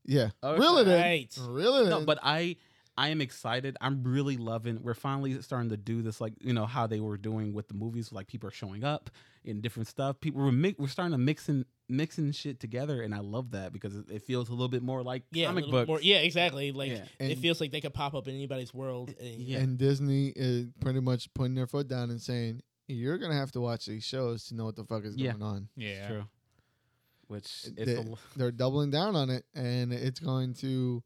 Yeah. Okay. Reel it in. Right. Reel it in. *laughs* No, but I I am excited. I'm really loving. We're finally starting to do this, like you know how they were doing with the movies. Like people are showing up in different stuff. People we're mi- we're starting to mix and mixing shit together, and I love that because it, it feels a little bit more like yeah, a comic little book. bit more- yeah, exactly. Like Yeah. it And- feels like they could pop up in anybody's world. And, Yeah. And Disney is pretty much putting their foot down and saying, "You're gonna have to watch these shows to know what the fuck is Yeah. going on." Yeah. True. Which it's They, a l- *laughs* they're doubling down on it, and it's going to.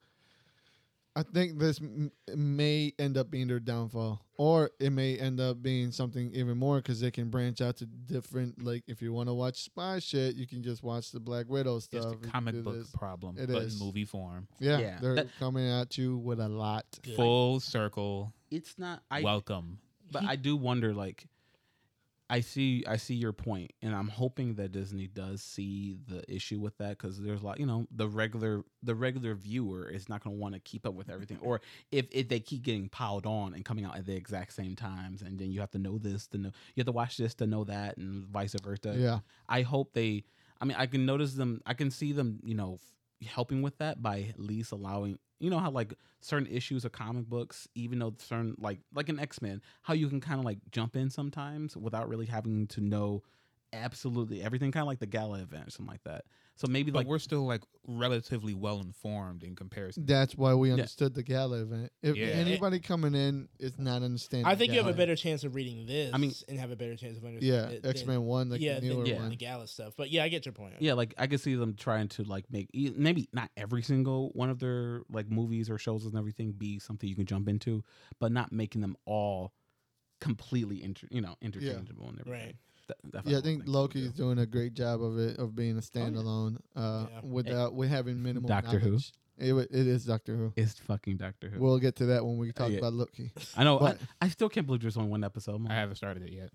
I think this m- may end up being their downfall, or it may end up being something even more because they can branch out to different. Like, if you want to watch spy shit, you can just watch the Black Widow stuff. It's you the can comic do book this. problem, It but is. in movie form. Yeah, Yeah. they're That- coming at you with a lot. Good. Full circle. it's not. I welcome. but I do wonder like I see I see your point and I'm hoping that Disney does see the issue with that cuz there's a lot, you know, the regular the regular viewer is not going to want to keep up with everything or if if they keep getting piled on and coming out at the exact same times and then you have to know this to know you have to watch this to know that and vice versa. Yeah, I hope they. I mean, I can notice them. I can see them. You know, f- helping with that by at least allowing. You know how like certain issues of comic books, even though certain like like an X Men, how you can kind of like jump in sometimes without really having to know absolutely everything, kind of like the gala event or something like that. So maybe But like we're still like relatively well informed in comparison. that's why we understood the gala event. If Yeah. anybody coming in is not understanding, I think you have a Gala. better chance of reading this. I mean- and have a better chance of understanding. Yeah, it than- X Men One, like yeah, the than newer yeah, one. the Gala stuff. But yeah, I get your point. yeah, like I could see them trying to like make e- maybe not every single one of their like movies or shows and everything be something you can jump into, but not making them all completely inter- you know interchangeable and everything. Right. That- that's Yeah, I what think we'll Loki's do. doing a great job of it of being a standalone uh, Oh, Yeah. without we having minimal Doctor Who. knowledge. It wa- it is Doctor Who. It's fucking Doctor Who. We'll get to that Oh, when we talk yeah. *laughs* about Loki. I know. I, but- I still can't believe there's only one episode. I'm I like, haven't started it yet.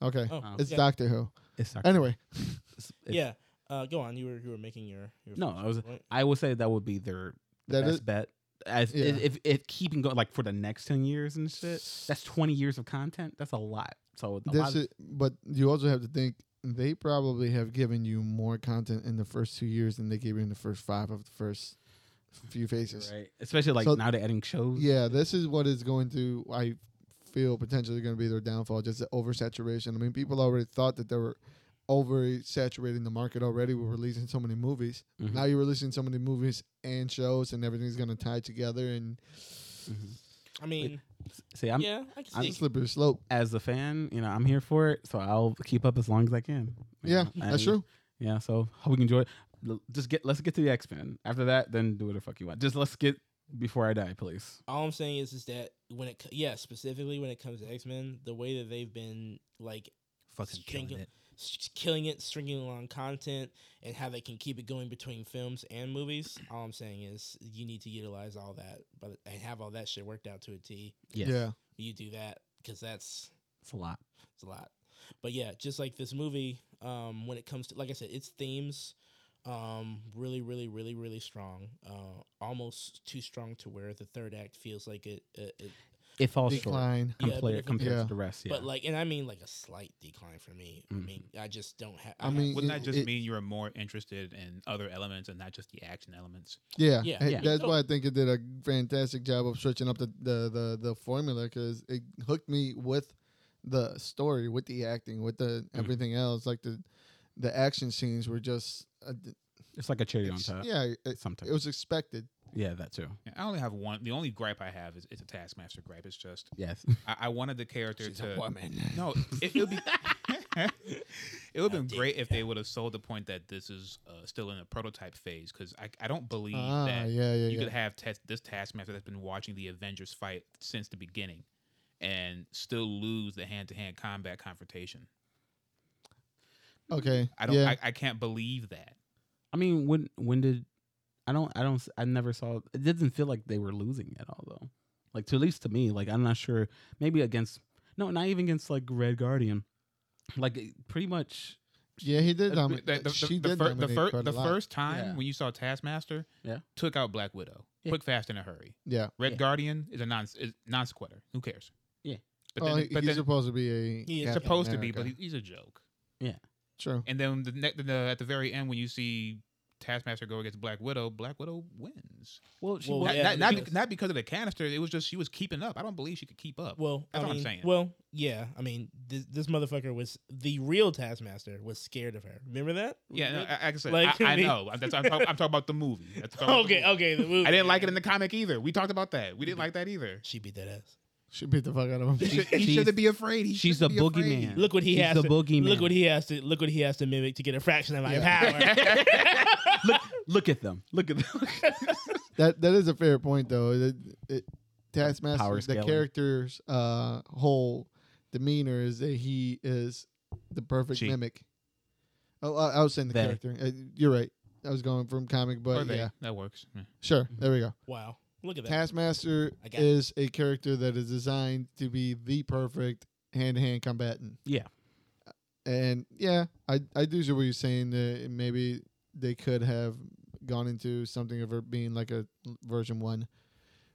Okay, Oh, Um, it's yeah. Doctor Who. it's Doctor. Anyway, It's- it's- yeah. Uh, go on. You were you were making your, your No, first I was- point. I would say that would be their the That best is- bet. As Yeah. if, if if keeping going like for the next ten years and shit, that's twenty years of content. That's a lot. So a lot this of- is, but you also have to think they probably have given you more content in the first two years than they gave you in the first five of the first few phases. right, especially like So- now they're adding shows. Yeah, this is what is going to I feel potentially going to be their downfall, just the oversaturation. I mean, people already thought that they were oversaturating the market already with releasing so many movies. Mhm. Now you're releasing so many movies and shows and everything's going to tie together and Mhm. I mean, See, I'm yeah, I can I'm see. it's a slippery slope. as a fan, you know, I'm here for it, so I'll keep up as long as I can. you Yeah, know, that's and- true. Yeah, so hope we can enjoy it. L- Just get let's get to the X Men. After that, then do whatever the fuck you want. Just let's get before I die, please. All I'm saying is is that when it co- yeah specifically when it comes to X Men, the way that they've been like Fucking killing Jingle. it. s- killing it, stringing along content, and how they can keep it going between films and movies. All I'm saying is you need to utilize all that, but and have all that shit worked out to a T. Yes. Yeah. You do that because that's It's a lot. it's a lot. But yeah, just like this movie, um, when it comes to like I said, its themes, um, really, really, really, really strong. Uh, almost too strong to where the third act feels like it. it, it it falls short decline. Yeah, but compla- if it- compared Yeah. to the rest. Yeah, But like, and I mean like a slight decline for me. I Mm-hmm. Mm. mean, I just don't have. I mean, Wouldn't it- that just it- mean you were more interested in other elements and not just the action elements? Yeah, Yeah. hey, Yeah. that's why I think it did a fantastic job of switching up the the the, the formula because it hooked me with the story, with the acting, with the Mm-hmm. everything else. Like the the action scenes were just uh, d- it's like a cherry on ex- top. yeah, it, sometimes. it was expected. yeah, that too. Yeah, I only have one. The only gripe I have is it's a Taskmaster gripe. It's just Yes. *laughs* I, I wanted the character She's to a *laughs* woman. no. *laughs* It would be *laughs* it would How have been dare great if you. they would have sold the point that this is uh, still in a prototype phase because I I don't believe Ah, that yeah, yeah, you yeah. could have tes- this Taskmaster that's been watching the Avengers fight since the beginning and still lose the hand to hand combat confrontation. okay, I don't. Yeah. I, I can't believe that. I mean, when when did I don't I don't s- I never saw it didn't feel like they were losing at all though. Like to at least to me, like I'm not sure. Maybe against no, not even against like Red Guardian. Like it pretty much, yeah, he did. The- Domi- the- the- she the did fir- the dominate fir- quite the a lot. first time Yeah. when you saw Taskmaster, Yeah. took out Black Widow Yeah. quick, fast, in a hurry. Yeah, Red Yeah. Guardian is a non is non sequitur. Who cares? Yeah. but oh, then, he- but he's then supposed to be a He is he's Captain supposed to be, but he, America. he's a joke. true. And then the, ne- the at the very end when you see Taskmaster go against Black Widow, Black Widow wins. well, she Well, was, not, yeah, not, not, because- bec- not because of the canister. It was just she was keeping up. I don't believe she could keep up. Well, That's I what I'm mean, saying. Well, yeah. I mean, this, this motherfucker was the real Taskmaster was scared of her. Remember that? yeah, no, Remember- I, like I said, Like, *laughs* I, I I mean- know. That's, I'm, talk- I'm talking about the movie. That's what I'm talking about the *laughs* okay, movie. okay. The movie. I didn't like it in the comic either. We talked about that. We didn't like that either. She beat that ass. She beat the fuck out *laughs* of him. He, should, She's- not be afraid. He she's shouldn't the be afraid. boogeyman. Look what he He's has the to. boogeyman. Look what he has to. Look what he has to mimic to get a fraction of my *laughs* power. look at them, look at them. that that is a fair point though. It, it, Taskmaster, Power the scaling. character's uh, whole demeanor is that he is the perfect She. mimic. Oh, I, I was saying the They. character. Uh, you're right. I was going from comic, Or but they. yeah, That works. Yeah. sure. Mm-hmm. There we go. wow. Look at that. Taskmaster I got it. is a character that is designed to be the perfect hand-to-hand combatant. Yeah. And yeah, I I do see what you're saying. That maybe they could have gone into something of her being like a version one.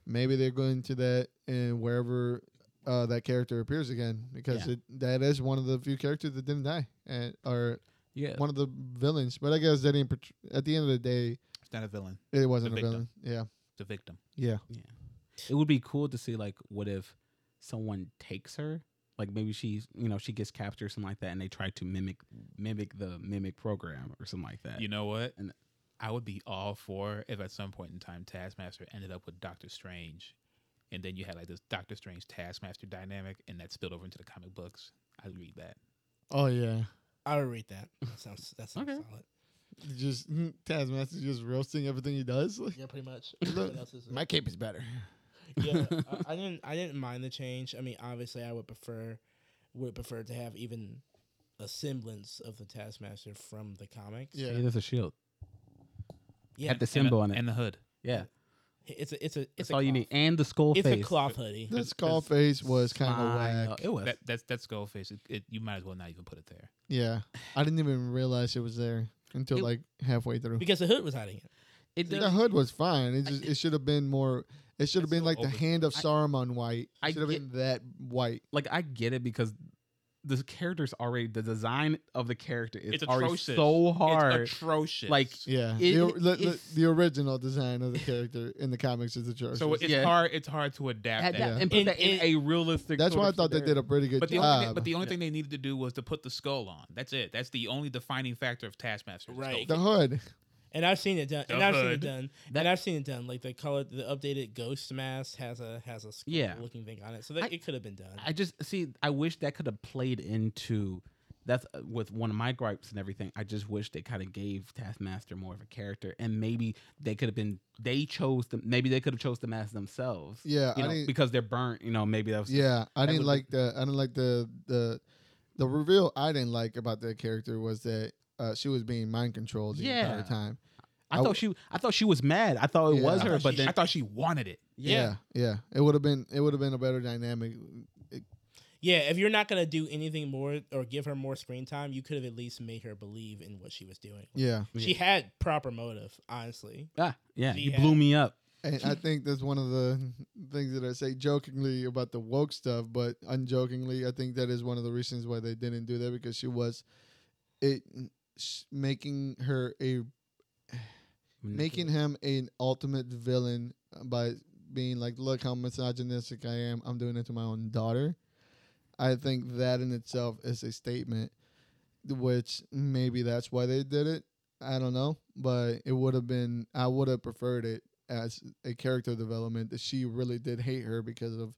Maybe they're going to that and wherever uh, that character appears again because Yeah. it, that is one of the few characters that didn't die and or yeah, one of the villains. But I guess that didn't. portray- At the end of the day, It's not a villain. it wasn't a The victim. villain. Yeah. It's a victim. Yeah. yeah. It would be cool to see like what if someone takes her. Like maybe she's, you know, she gets captured or something like that, and they try to mimic, mimic the mimic program or something like that. You know what? And- I would be all for if at some point in time Taskmaster ended up with Doctor Strange, and then you had like this Doctor Strange Taskmaster dynamic, and that spilled over into the comic books. I read that. Oh yeah. I would read that. that sounds that sounds Okay. solid. just *laughs* Taskmaster just roasting everything he does. Like, Yeah, pretty much. Look, What else is- my cape is better. yeah, I, I didn't. I didn't mind the change. I mean, obviously, I would prefer would prefer to have even a semblance of the Taskmaster from the comics. Yeah. Hey, there's a shield. yeah. Had the And symbol the- on it. and the hood. Yeah, it's a it's a it's that's a all you cloth. need. And the skull It's face. a cloth hoodie. The This- skull this- face was kind of Smile. whack. It was. That that's that's Skullface. It, it, you might as well not even put it there. Yeah, I didn't even realize it was there until It- like halfway through. Because the hood was hiding it. it The hood was fine. It just it should have been more. It should have It's been so like the over- hand of I- Saruman white. I It should have get- been that white. like I get it because the character's already the design of the character is It's already atrocious. so hard. It's atrocious. Like, Yeah, It- the, it- the, the, it's- the original design of the character in the comics is atrocious. so it's Yeah. hard. It's hard to Had adapt that. that- Yeah. and put And that in it- a realistic. that's sort why I of thought they did a scenario. pretty good But the, only job. thing, but the only thing they needed to do was to put the skull on. That's it. That's the only defining factor of Taskmaster. the Right. the skull. hood. And I've seen it done. And The I've seen hood. it done. That- and I've seen it done. Like the color, the updated ghost mask has a has a skull Yeah. looking thing on it. So that I- it could have been done. I just see. I wish that could have played into. That's uh, with one of my gripes and everything. I just wish they kind of gave Taskmaster more of a character, and maybe they could have been. They chose them. Maybe they could have chose the mask themselves. Yeah, you I know, didn't. because they're burnt. You know, maybe that was. Yeah, I That didn't would be- like the I didn't like the the the reveal I didn't like about that character was that uh, she was being mind controlled the entire Yeah. time. I I thought she. I thought she was mad. I thought it Yeah. was I her, thought but she- then I thought she wanted it. Yeah, yeah. It would have been it would have been a better dynamic. yeah. If you're not gonna do anything more or give her more screen time, you could have at least made her believe in what she was doing. Yeah, She had proper motive, honestly. Ah, yeah, She you had- blew me up. and I think that's one of the things that I say jokingly about the woke stuff, but unjokingly, I think that is one of the reasons why they didn't do that because she was it sh- making her a making him an ultimate villain uh, by being like, look how misogynistic I am. I'm doing it to my own daughter. I think that in itself is a statement, which maybe that's why they did it. I don't know, but it would have been, I would have preferred it as a character development that she really did hate her because of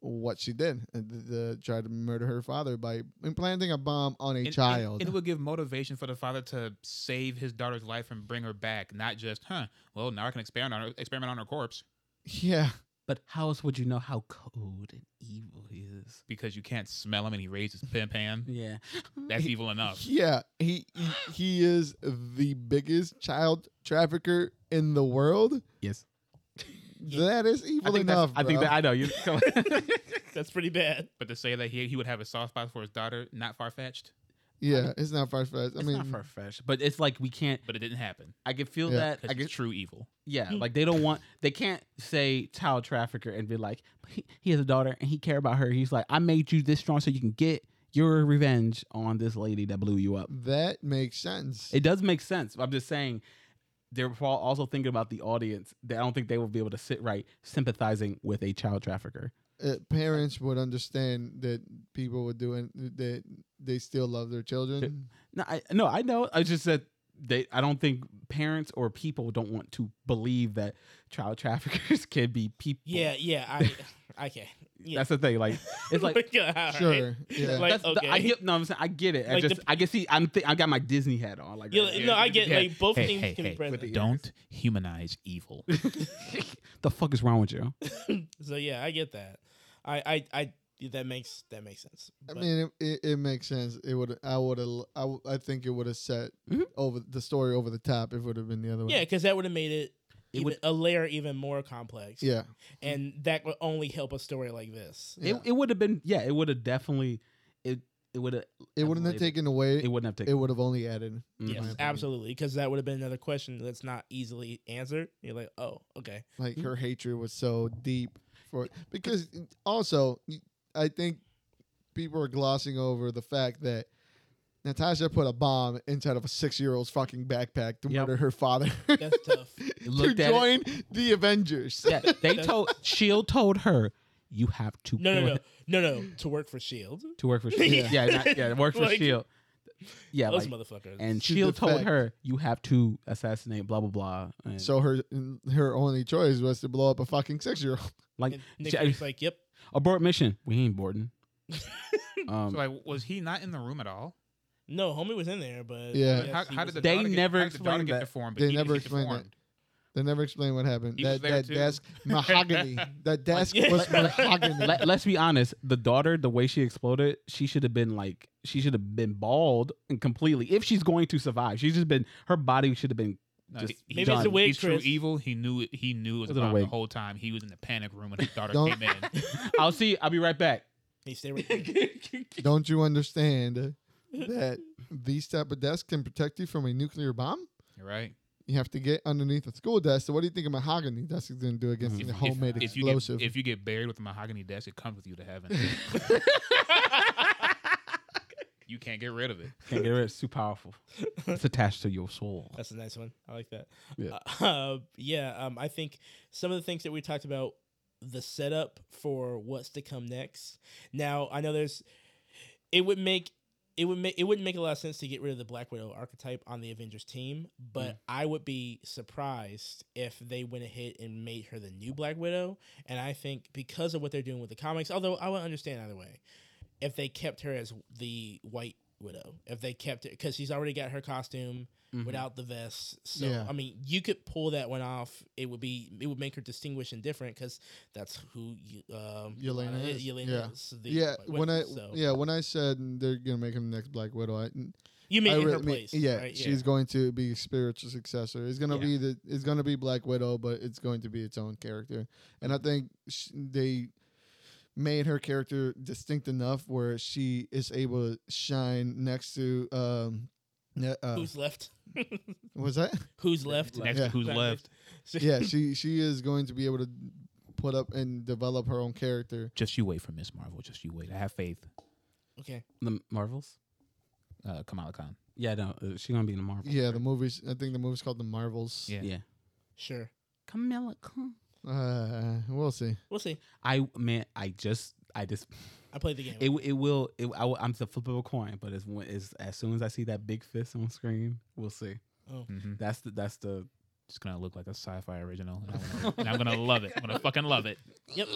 what she did and the, the tried to murder her father by implanting a bomb on a And- and- child. And it would give motivation for the father to save his daughter's life and bring her back, not just, huh, well, now I can experiment on her, experiment on her corpse *laughs* yeah. But how else would you know how cold and evil he is? because you can't smell him and he raised his pen *laughs* pan. Yeah. That's evil enough. Yeah, he he- he is the biggest child trafficker in the world. Yes. That is evil enough. I think bro. that I know *laughs* you. Come on. That's pretty bad. But to say that he, he would have a soft spot for his daughter, not far fetched, yeah, it's not far fetched. I it's mean, not far fetched, but it's like we can't. but it didn't happen I can feel Yeah. that. I because can, it's true evil. yeah, like they don't want. They can't say child trafficker and be like, he, he has a daughter and he care about her. He's like, I made you this strong so you can get your revenge on this lady that blew you up. that makes sense. It does make sense. I'm just saying they're pro- also thinking about the audience. That I don't think they will be able to sit right sympathizing with a child trafficker. Uh, parents would understand that people would do it. That they still love their children. No, I no, I know. I just said they. I don't think parents or people don't want to believe that child traffickers *laughs* can be people. Yeah, yeah. *laughs* I okay. Yeah. that's the thing. Like *laughs* it's like. Yeah, all right. Sure. Yeah. Like, that's the- okay. I get no. I'm saying I get it. I Like the- just I can see. I'm thi- I got my Disney hat on. Like Yeah, right like, here. no, I get Yeah. like both Hey, things hey, can hey, be present. with the- Don't humanize evil. the fuck is wrong with you? So yeah, I get that. I, I, I that makes that makes sense. I But mean, it, it, it makes sense. It would. I would. have. I, w- I think it would have set Mhm. over the story over the top. If it would have been the other way. yeah, because that would have made it, It even, would- a layer even more complex. Yeah. and that would only help a story like this. yeah. It, it would have been. Yeah, it would have definitely. It it would have. It wouldn't have taken away. It wouldn't have It taken. would have only added. Mhm. Yes, opinion. absolutely. Because that would have been another question that's not easily answered. You're like, oh, *laughs* okay. like Mm. her hatred was so deep for because also I think people are glossing over the fact that Natasha put a bomb inside of a six-year-old's fucking backpack to Yep. murder her father That's *laughs* tough. to looked at it- join the Avengers. Yeah, they told. Shield told her, "You have to No, kill no, no, *laughs* him no, no. To work for Shield, to *laughs* work for Shield. yeah, Yeah. yeah, not, yeah, work for Like- Shield. Yeah, those like, motherfuckers. and To Shield told defect. her, "You have to assassinate blah blah blah." And So her her only choice was to blow up a fucking six-year-old. *laughs* like, and Nick Ja- Fury's like, yep. abort mission. We ain't *laughs* boarding. so, Um, like, was he not in the room at all? No, homie was in there, but Yeah. yes, How, he how was did the in- They daughter get- never how did the daughter explained get that. deformed? but They he didn't never get explained that. deformed? They never explained what happened. He was That there that *laughs* too. desk mahogany. That desk Like- was *laughs* mahogany. Let, let's be honest. The daughter, the way she exploded, she should have been like, she should have been bald and completely. If she's going to survive, she's just been her body should have been. *laughs* No, Just he- he- Maybe it's the done. wig, He's true Chris. evil. He knew it, he knew it was Wasn't a about the wig. whole time. He was in the panic room when his daughter Don't- came in. I'll see. I'll be right back. He *laughs* stayed with me. Don't you understand *laughs* that these type of desks can protect you from a nuclear bomb? You're right. You have to get underneath a school desk. So what do you think a mahogany desk is going to do against Mhm. a homemade Mm-hmm. if, if you get, explosive? if you get buried with a mahogany desk, it comes with you to *laughs* heaven. you can't get rid of it. Can't get rid. It's too powerful. It's attached to your soul. *laughs* That's a nice one. I like that. Yeah. Uh, yeah. Um, I think some of the things that we talked about, the setup for what's to come next. Now, I know there's, it would make. It would make it wouldn't make a lot of sense to get rid of the Black Widow archetype on the Avengers team, but Mm. I would be surprised if they went ahead and made her the new Black Widow. And I think because of what they're doing with the comics, although I would understand either way, if they kept her as the White Widow, if they kept it because she's already got her costume, without the vest. So Mm-hmm. Yeah. I mean, you could pull that one off. It would be it would make her distinguished and different because that's who you, um, Yelena Yelena is. Yelena Yeah. is the yeah, White when I Widow, so. yeah when I said they're going to make him the next Black Widow, I, you I mean in re- her mean, place? yeah, right? she's going to be spiritual successor. It's going to Yeah. be the it's going to be Black Widow, but it's going to be its own character. And I think sh- they made her character distinct enough where she is able to shine next to um ne- uh, who's left? was that who's left? Next Yeah. to who's Black left. *laughs* Widow. yeah, she she is going to be able to put up and develop her own character. Just you wait for Miss Marvel. Just you wait. I have faith. Okay. The Marvels? Uh, Kamala Khan. Yeah, no, uh, she's gonna be in the Marvels. Yeah, the movies. I think the movie's called The Marvels. Yeah. yeah. Sure. Camilla, come. Uh, we'll see. We'll see. I man, I just, I just, I played the game. it it will. It, I, am the flip of a coin, but it's when it's as soon as I see that big fist on screen, we'll see. oh. Mm-hmm. That's the that's the It's gonna look like a sci-fi original, and I'm gonna, *laughs* and I'm gonna love it. I'm gonna fucking love it. Yep.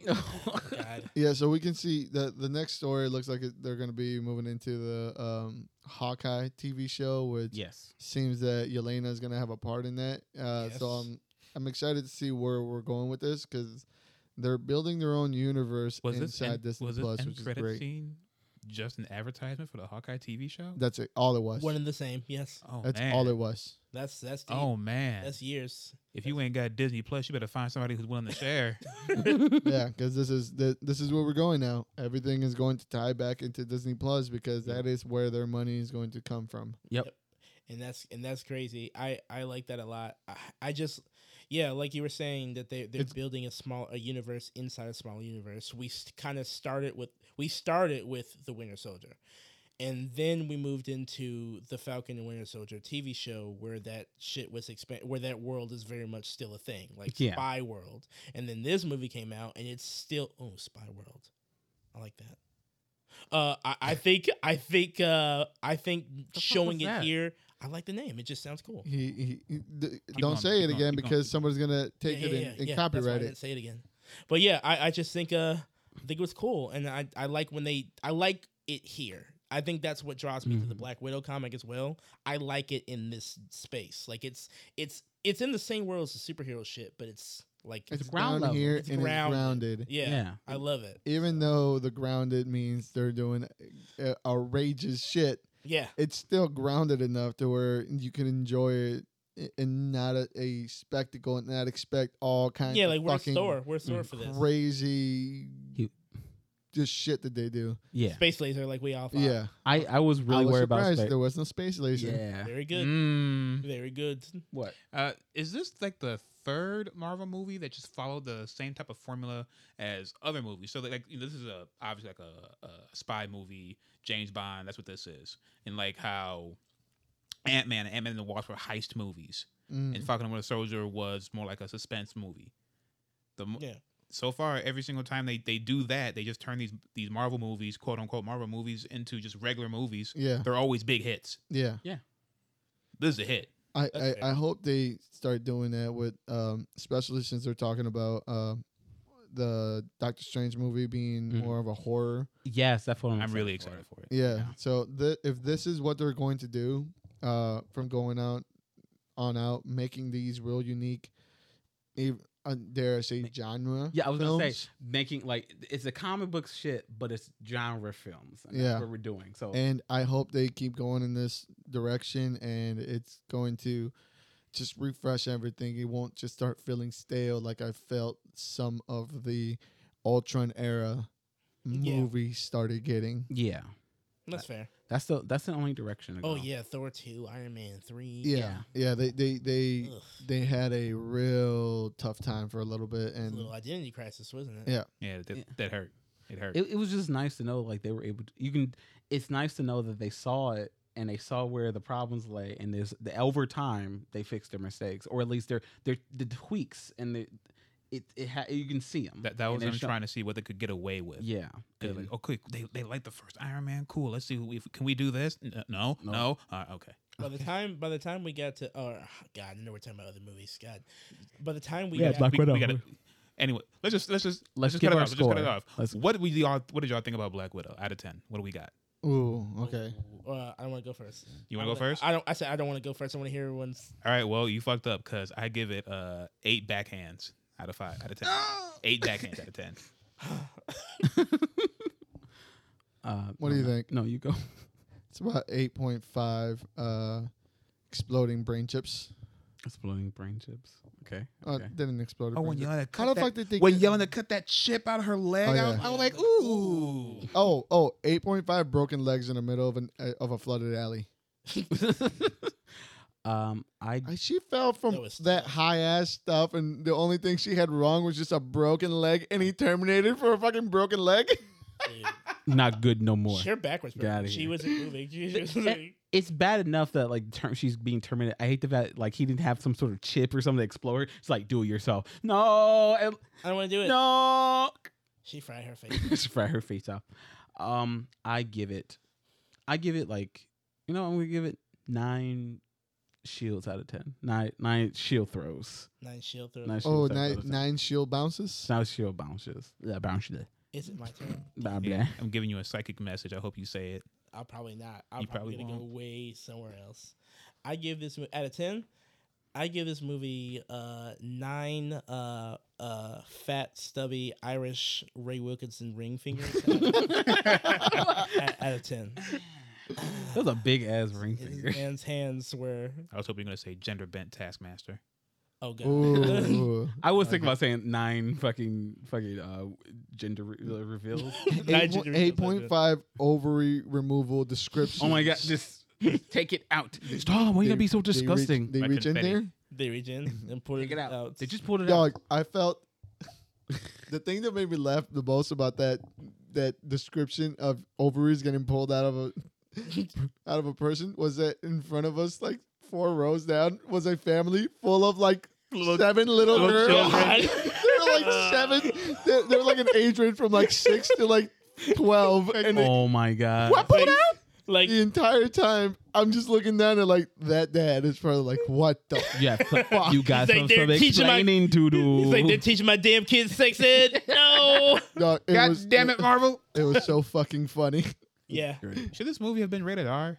*laughs* God. Yeah, so we can see the the next story looks like it, they're going to be moving into the um, Hawkeye TV show, which yes. seems that Yelena is going to have a part in that. Uh, So Yes. I'm I'm excited to see where we're going with this because they're building their own universe Was this inside end- Disney was Plus, this which end is credit great. scene just an advertisement for the Hawkeye TV show? That's it. All it was. One and the same. Yes. oh That's man. all it was. That's that's deep. Oh man. that's years. if you ain't got Disney Plus, you better find somebody who's willing *laughs* to share. yeah, because this is the, this is where we're going now. Everything is going to tie back into Disney Plus because that is where their money is going to come from. and that's and that's crazy. I I like that a lot. I, I just yeah, like you were saying that they they're It's- building a small a universe inside a small universe. We st- kind of started with we started with the Winter Soldier, and then we moved into the Falcon and Winter Soldier TV show where that shit was expand where that world is very much still a thing, like Yeah. Spy World. And then this movie came out, and it's still oh Spy World. I like that. Uh, I, *laughs* I think I think uh, I think fuck showing was it that? here. I like the name. It just sounds cool. He, he, he- d- don't going, say keep it going, again keep going, because keep somebody's gonna take Yeah, it yeah, and, yeah, and yeah. That's why copyright I it. didn't say it again. But yeah, I, I just think uh, I think it was cool, and I I like when they I like it here. I think that's what draws me to the Mm-hmm. Mhm. Black Widow comic as well. I like it in this space. Like it's it's it's in the same world as the superhero shit, but it's like It's, ground ground level. here It's and grounded. it's grounded. yeah, I love it. Even though the grounded means they're doing uh, outrageous shit, Yeah, it's still grounded enough to where you can enjoy it a- and not a, a spectacle and not expect all kinds. yeah. of Like we're a fucking store. We're a store mm, for this. crazy He- just shit that they do. yeah, Space laser, like we all thought. Yeah. I I was really I was worried about surprised space. there was no space laser. Yeah. very good, Mm. very good. What? Uh, is this like the third Marvel movie that just followed the same type of formula as other movies? So like, like, you know, this is a obviously like a, a spy movie, James Bond. That's what this is, and like how Ant Man and Ant Man and the Wasp were heist movies, Mm. and Falcon and Winter Soldier was more like a suspense movie. The mo- Yeah. so far, every single time they, they do that, they just turn these these Marvel movies, quote unquote Marvel movies, into just regular movies. Yeah. They're always big hits. Yeah. This is a hit. I, I, That's I hope they start doing that with um especially since they're talking about uh, the Doctor Strange movie being Mhm. more of a horror. Yes, that's what I'm. I'm really excited for it. Yeah. So th- if this is what they're going to do, uh, from going out on out, making these real unique, ev- uh, dare I say, genre. Yeah, I was gonna films. say making like it's a comic book shit, but it's genre films. And Yeah. that's what we're doing. So And I hope they keep going in this direction, and it's going to just refresh everything. It won't just start feeling stale like I felt some of the Ultron era Yeah. movies started getting. yeah, Uh, That's fair. that's the that's the only direction. To Oh go. yeah, Thor two, Iron Man three. Yeah, yeah. Yeah. they they they Ugh, they had a real tough time for a little bit, it's a and little identity crisis, wasn't it? Yeah. Yeah, that, Yeah. that hurt. It hurt. It, it was just nice to know like they were able to. You can. It's nice to know that they saw it and they saw where the problems lay, and there's the over time they fixed their mistakes or at least their their the tweaks and the it it ha- you can see them. that that was them trying to see what they could get away with. Yeah. They're and- like, okay, they they like the first Iron Man. Cool. Let's see. If, can we do this? N- No. No. No. Uh, okay. By the time by the time we got to oh God, I know we're talking about other movies. God. By the time we Yeah, got Black We, Widow. we gotta, anyway, let's just let's just Let's let's, just give cut it our off. Let's just cut it score. off. Let's- what did y'all what did y'all think about Black Widow out of ten? What do we got? ooh, okay. uh, I don't want to go first. You I want to go wanna- first? I don't. I said I don't want to go first. I want to hear everyone's. All right. Well, you fucked up because I give it uh eight backhands out of five out of ten. eight backhands out of ten. oh. Uh, What no, do you no. think? No, you go. *laughs* It's about eight point five uh, exploding brain chips. Exploding brain chips. Okay. Uh, okay. Didn't explode. Oh, a brain chip. yelling to How the fuck did they? get- to cut that chip out of her leg, Oh, I was- I was like, ooh. Oh, oh, 8.5 broken legs in the middle of an uh, of a flooded alley. Um, I I- She fell from That was that tough. high ass stuff, and the only thing she had wrong was just a broken leg, and he terminated for a fucking broken *laughs* leg. Dude, not good no *laughs* more. Sheer backwards. Get outta She here. wasn't moving. She *laughs* was moving. It's bad enough that like term, she's being terminated. I hate the fact like he didn't have some sort of chip or something to explore. It's like do it yourself. No, and- I don't want to do it. no. She fried her face. *laughs* Just fry her face off. Um, I give it, I give it like you know I'm gonna give it nine shields out of ten. Nine nine shield throws. Nine shield throws. Nine shield Oh, throws out nine, of 10. nine shield bounces. Nine shield bounces. Yeah, bounces. Is it my turn? Blah, *laughs* Yeah, blah. I'm giving you a psychic message. I hope you say it. I'll probably not. I'm You probably, probably gonna go way somewhere else. I give this mo- out of ten. I give this movie uh, nine uh, uh, fat stubby Irish Ray Wilkinson ring fingers *laughs* out, out of ten. That was a big ass ring finger. His man's hands were I was hoping you were gonna say gender bent taskmaster. oh god. *laughs* Ooh. I was thinking about saying nine fucking fucking uh gender re- uh, reveals. *laughs* Nine ginger reels, Eight point five ovary removal description. oh my god, just take it out. Stop! Why you They- gotta be so they reach- disgusting? They Like reach, in confetti. there. They reach *laughs* in and pull Take it out. *laughs* They just pulled it out. Dog, I felt *laughs* the thing that made me laugh the most about that that description of ovaries getting pulled out of a out of a person was that in front of us, like four rows down, was a family full of like seven little little *laughs* girls. *laughs* children. they're like seven. They're, they're like an age range from like six to like twelve, and they Oh my god! what pulled Like- out like the entire time. I'm just looking down at like that dad is probably like, what the *laughs* Yeah, Fuck. you got He's some, like, they're some teaching my- explaining to do. he's like they're *laughs* teaching my damn kids sex ed. No. dog? It God was, damn it, Marvel! It was so fucking funny. *laughs* Yeah. Should this movie have been rated R?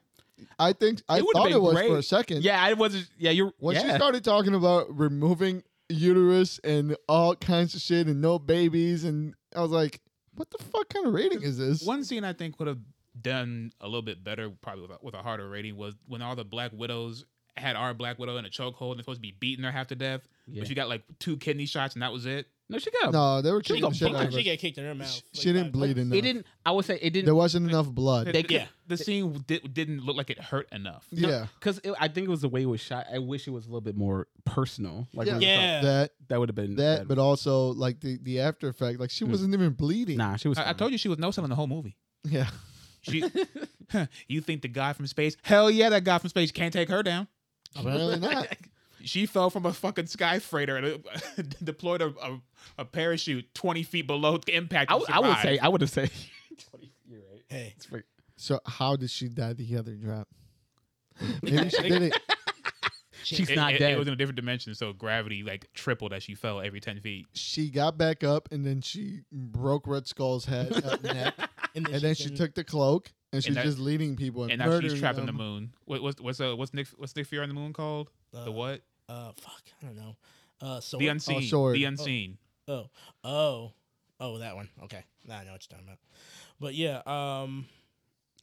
I think I would've thought been it was great. for a second. yeah, I wasn't. Yeah, you're. When she yeah. started talking about removing uterus and all kinds of shit and no babies, and I was like, what the fuck kind of rating is this? One scene I think would have done a little bit better, probably with a, with a harder rating, was when all the black widows had our black widow in a chokehold and they're supposed to be beating her half to death, Yeah. but she got like two kidney shots and that was it. no, she got. No, they were She kicking got the shit fucked. out of She her. got kicked in her mouth. She like, didn't five- bleed enough. It didn't. I would say it there didn't wasn't enough blood. They- yeah, Yeah. the scene did, didn't look like it hurt enough. yeah, because I think it was the way it was shot. I wish it was a little bit more personal. Like when Yeah. we saw- Yeah. that that would have been that, but also like the the after effect. Like she Mm. wasn't even bleeding. nah, she was. I, I told you she was no selling the whole movie. *laughs* Yeah, She, *laughs* you think the guy from space? Hell yeah, that guy from space can't take her down. apparently not. *laughs* *laughs* She fell from a fucking sky freighter and uh, *laughs* deployed a, a, a parachute 20 feet below the impact. I, and w- I would survived. say. I would have said. 20, you're right. Hey. It's freak- So how did she die the *laughs* other drop? Maybe she did it. She's it, not it- dead. It was in a different dimension, so gravity like tripled as she fell every 10 feet. She got back up and then she broke Red Skull's head uh, neck. And and then she couldn't- took the cloak and she's that- just leading people and, And now she's murdering trapped in the them. moon. What, what's what's uh, what's Nick what's Nick Fury on the moon called? uh, the what? Uh, fuck, I don't know. Uh, so The unseen. sword. the unseen. oh, oh, oh, that one. Okay, now I know what you're talking about. But yeah, um,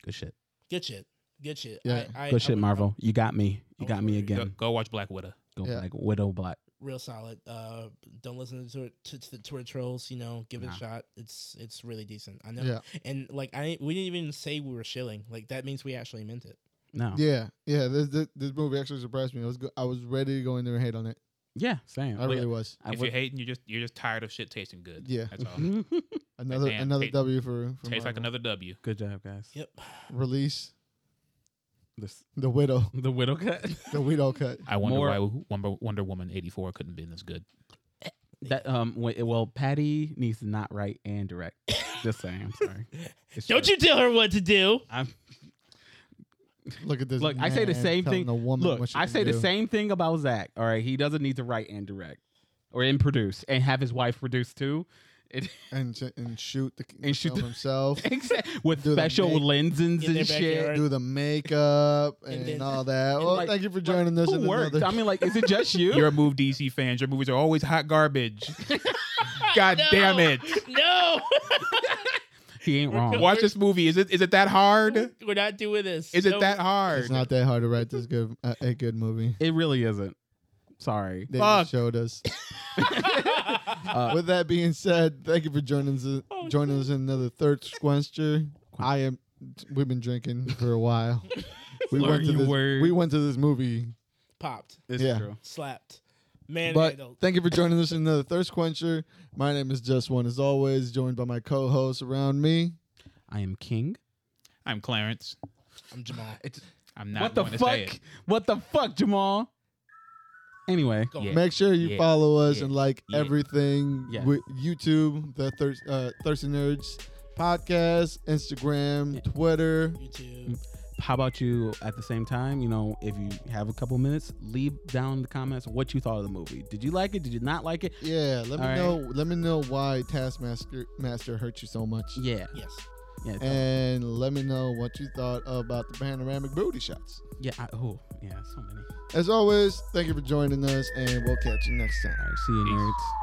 Good shit. good shit, good shit. Yeah, I, I, I Good shit, was Marvel. You got me. You got me Go, again. go watch Black Widow. Go Yeah. Black Widow Black. Real solid. Uh, don't listen to it, to, to the Twitter trolls. You know, give it Nah. a shot. It's it's really decent. I know. Yeah, And like I, we didn't even say we were shilling. Like that means we actually meant it. No. Yeah, yeah, yeah. This, this, this movie actually surprised me. I was go- I was ready to go in there and hate on it. same. I really was. I if would- you're hating, you're just you're just tired of shit tasting good. Yeah. that's all. Mm-hmm. *laughs* Another damn, another taste- W for, for Tastes like Marvel. another W. Good job, guys. Yep. release. This- The widow, the widow cut. *laughs* the widow cut. I wonder More- why Wonder, Wonder Woman '84 couldn't be this good. that um. Wait, well, Patty needs to not write and direct. Just saying. I'm *laughs* sorry. It's Don't true. you tell her what to do. I'm, Look at this. Look, I say the man same thing- telling A woman look, what she I can say the do. same thing about Zach. All right, he doesn't need to write and direct, or and produce, and have his wife produce *laughs* too. It, And sh- and shoot the *laughs* And shoot film the- himself. with Do the special make- lenses In their and shit. backyard. do the makeup And and, then- all *laughs* that. and Well, like- thank you for like, joining us. Who in worked? another- I mean, like, is it *laughs* just you? You're a move DC fans. Your movies are always hot garbage. *laughs* God No! damn it! No, he ain't wrong. Watch this movie. Is it is it that hard? *laughs* we're not doing this. Is it No. that *laughs* hard? it's not that hard to write this good a, a good movie. It really isn't. Sorry. They Fuck. just showed us. Uh, With that being said, thank you for joining us. Oh, joining us in another third squenster. I am. *laughs* We've been drinking for a while. We Slur went to your this. word. We went to this movie *laughs* popped, It's Yeah. true. slapped, man But adult. thank you for joining us in another Thirst Quencher. My name is Just One, as always, joined by my co hosts around me. I am king. I'm Clarence. I'm Jamal. I'm not what the going fuck? to say it. What the fuck, Jamal? Anyway, Go Yeah. on. Make sure you Yeah. follow us Yeah. and like Yeah. everything Yeah. with YouTube, the Thirst, uh, Thirsty Nerds podcast, Instagram, Twitter. YouTube. how about you at the same time? You know, if you have a couple minutes, leave down in the comments what you thought of the movie. Did you like it? Did you not like it? Yeah, let me All know. Let me know why Taskmaster Master hurt you so much, Yeah. Yes. Yeah. tell- and let me know what you thought about the panoramic booty shots. yeah. I, oh, yeah. So many. As always, thank you for joining us, and we'll catch you next time. All right. See you, Peace. nerds.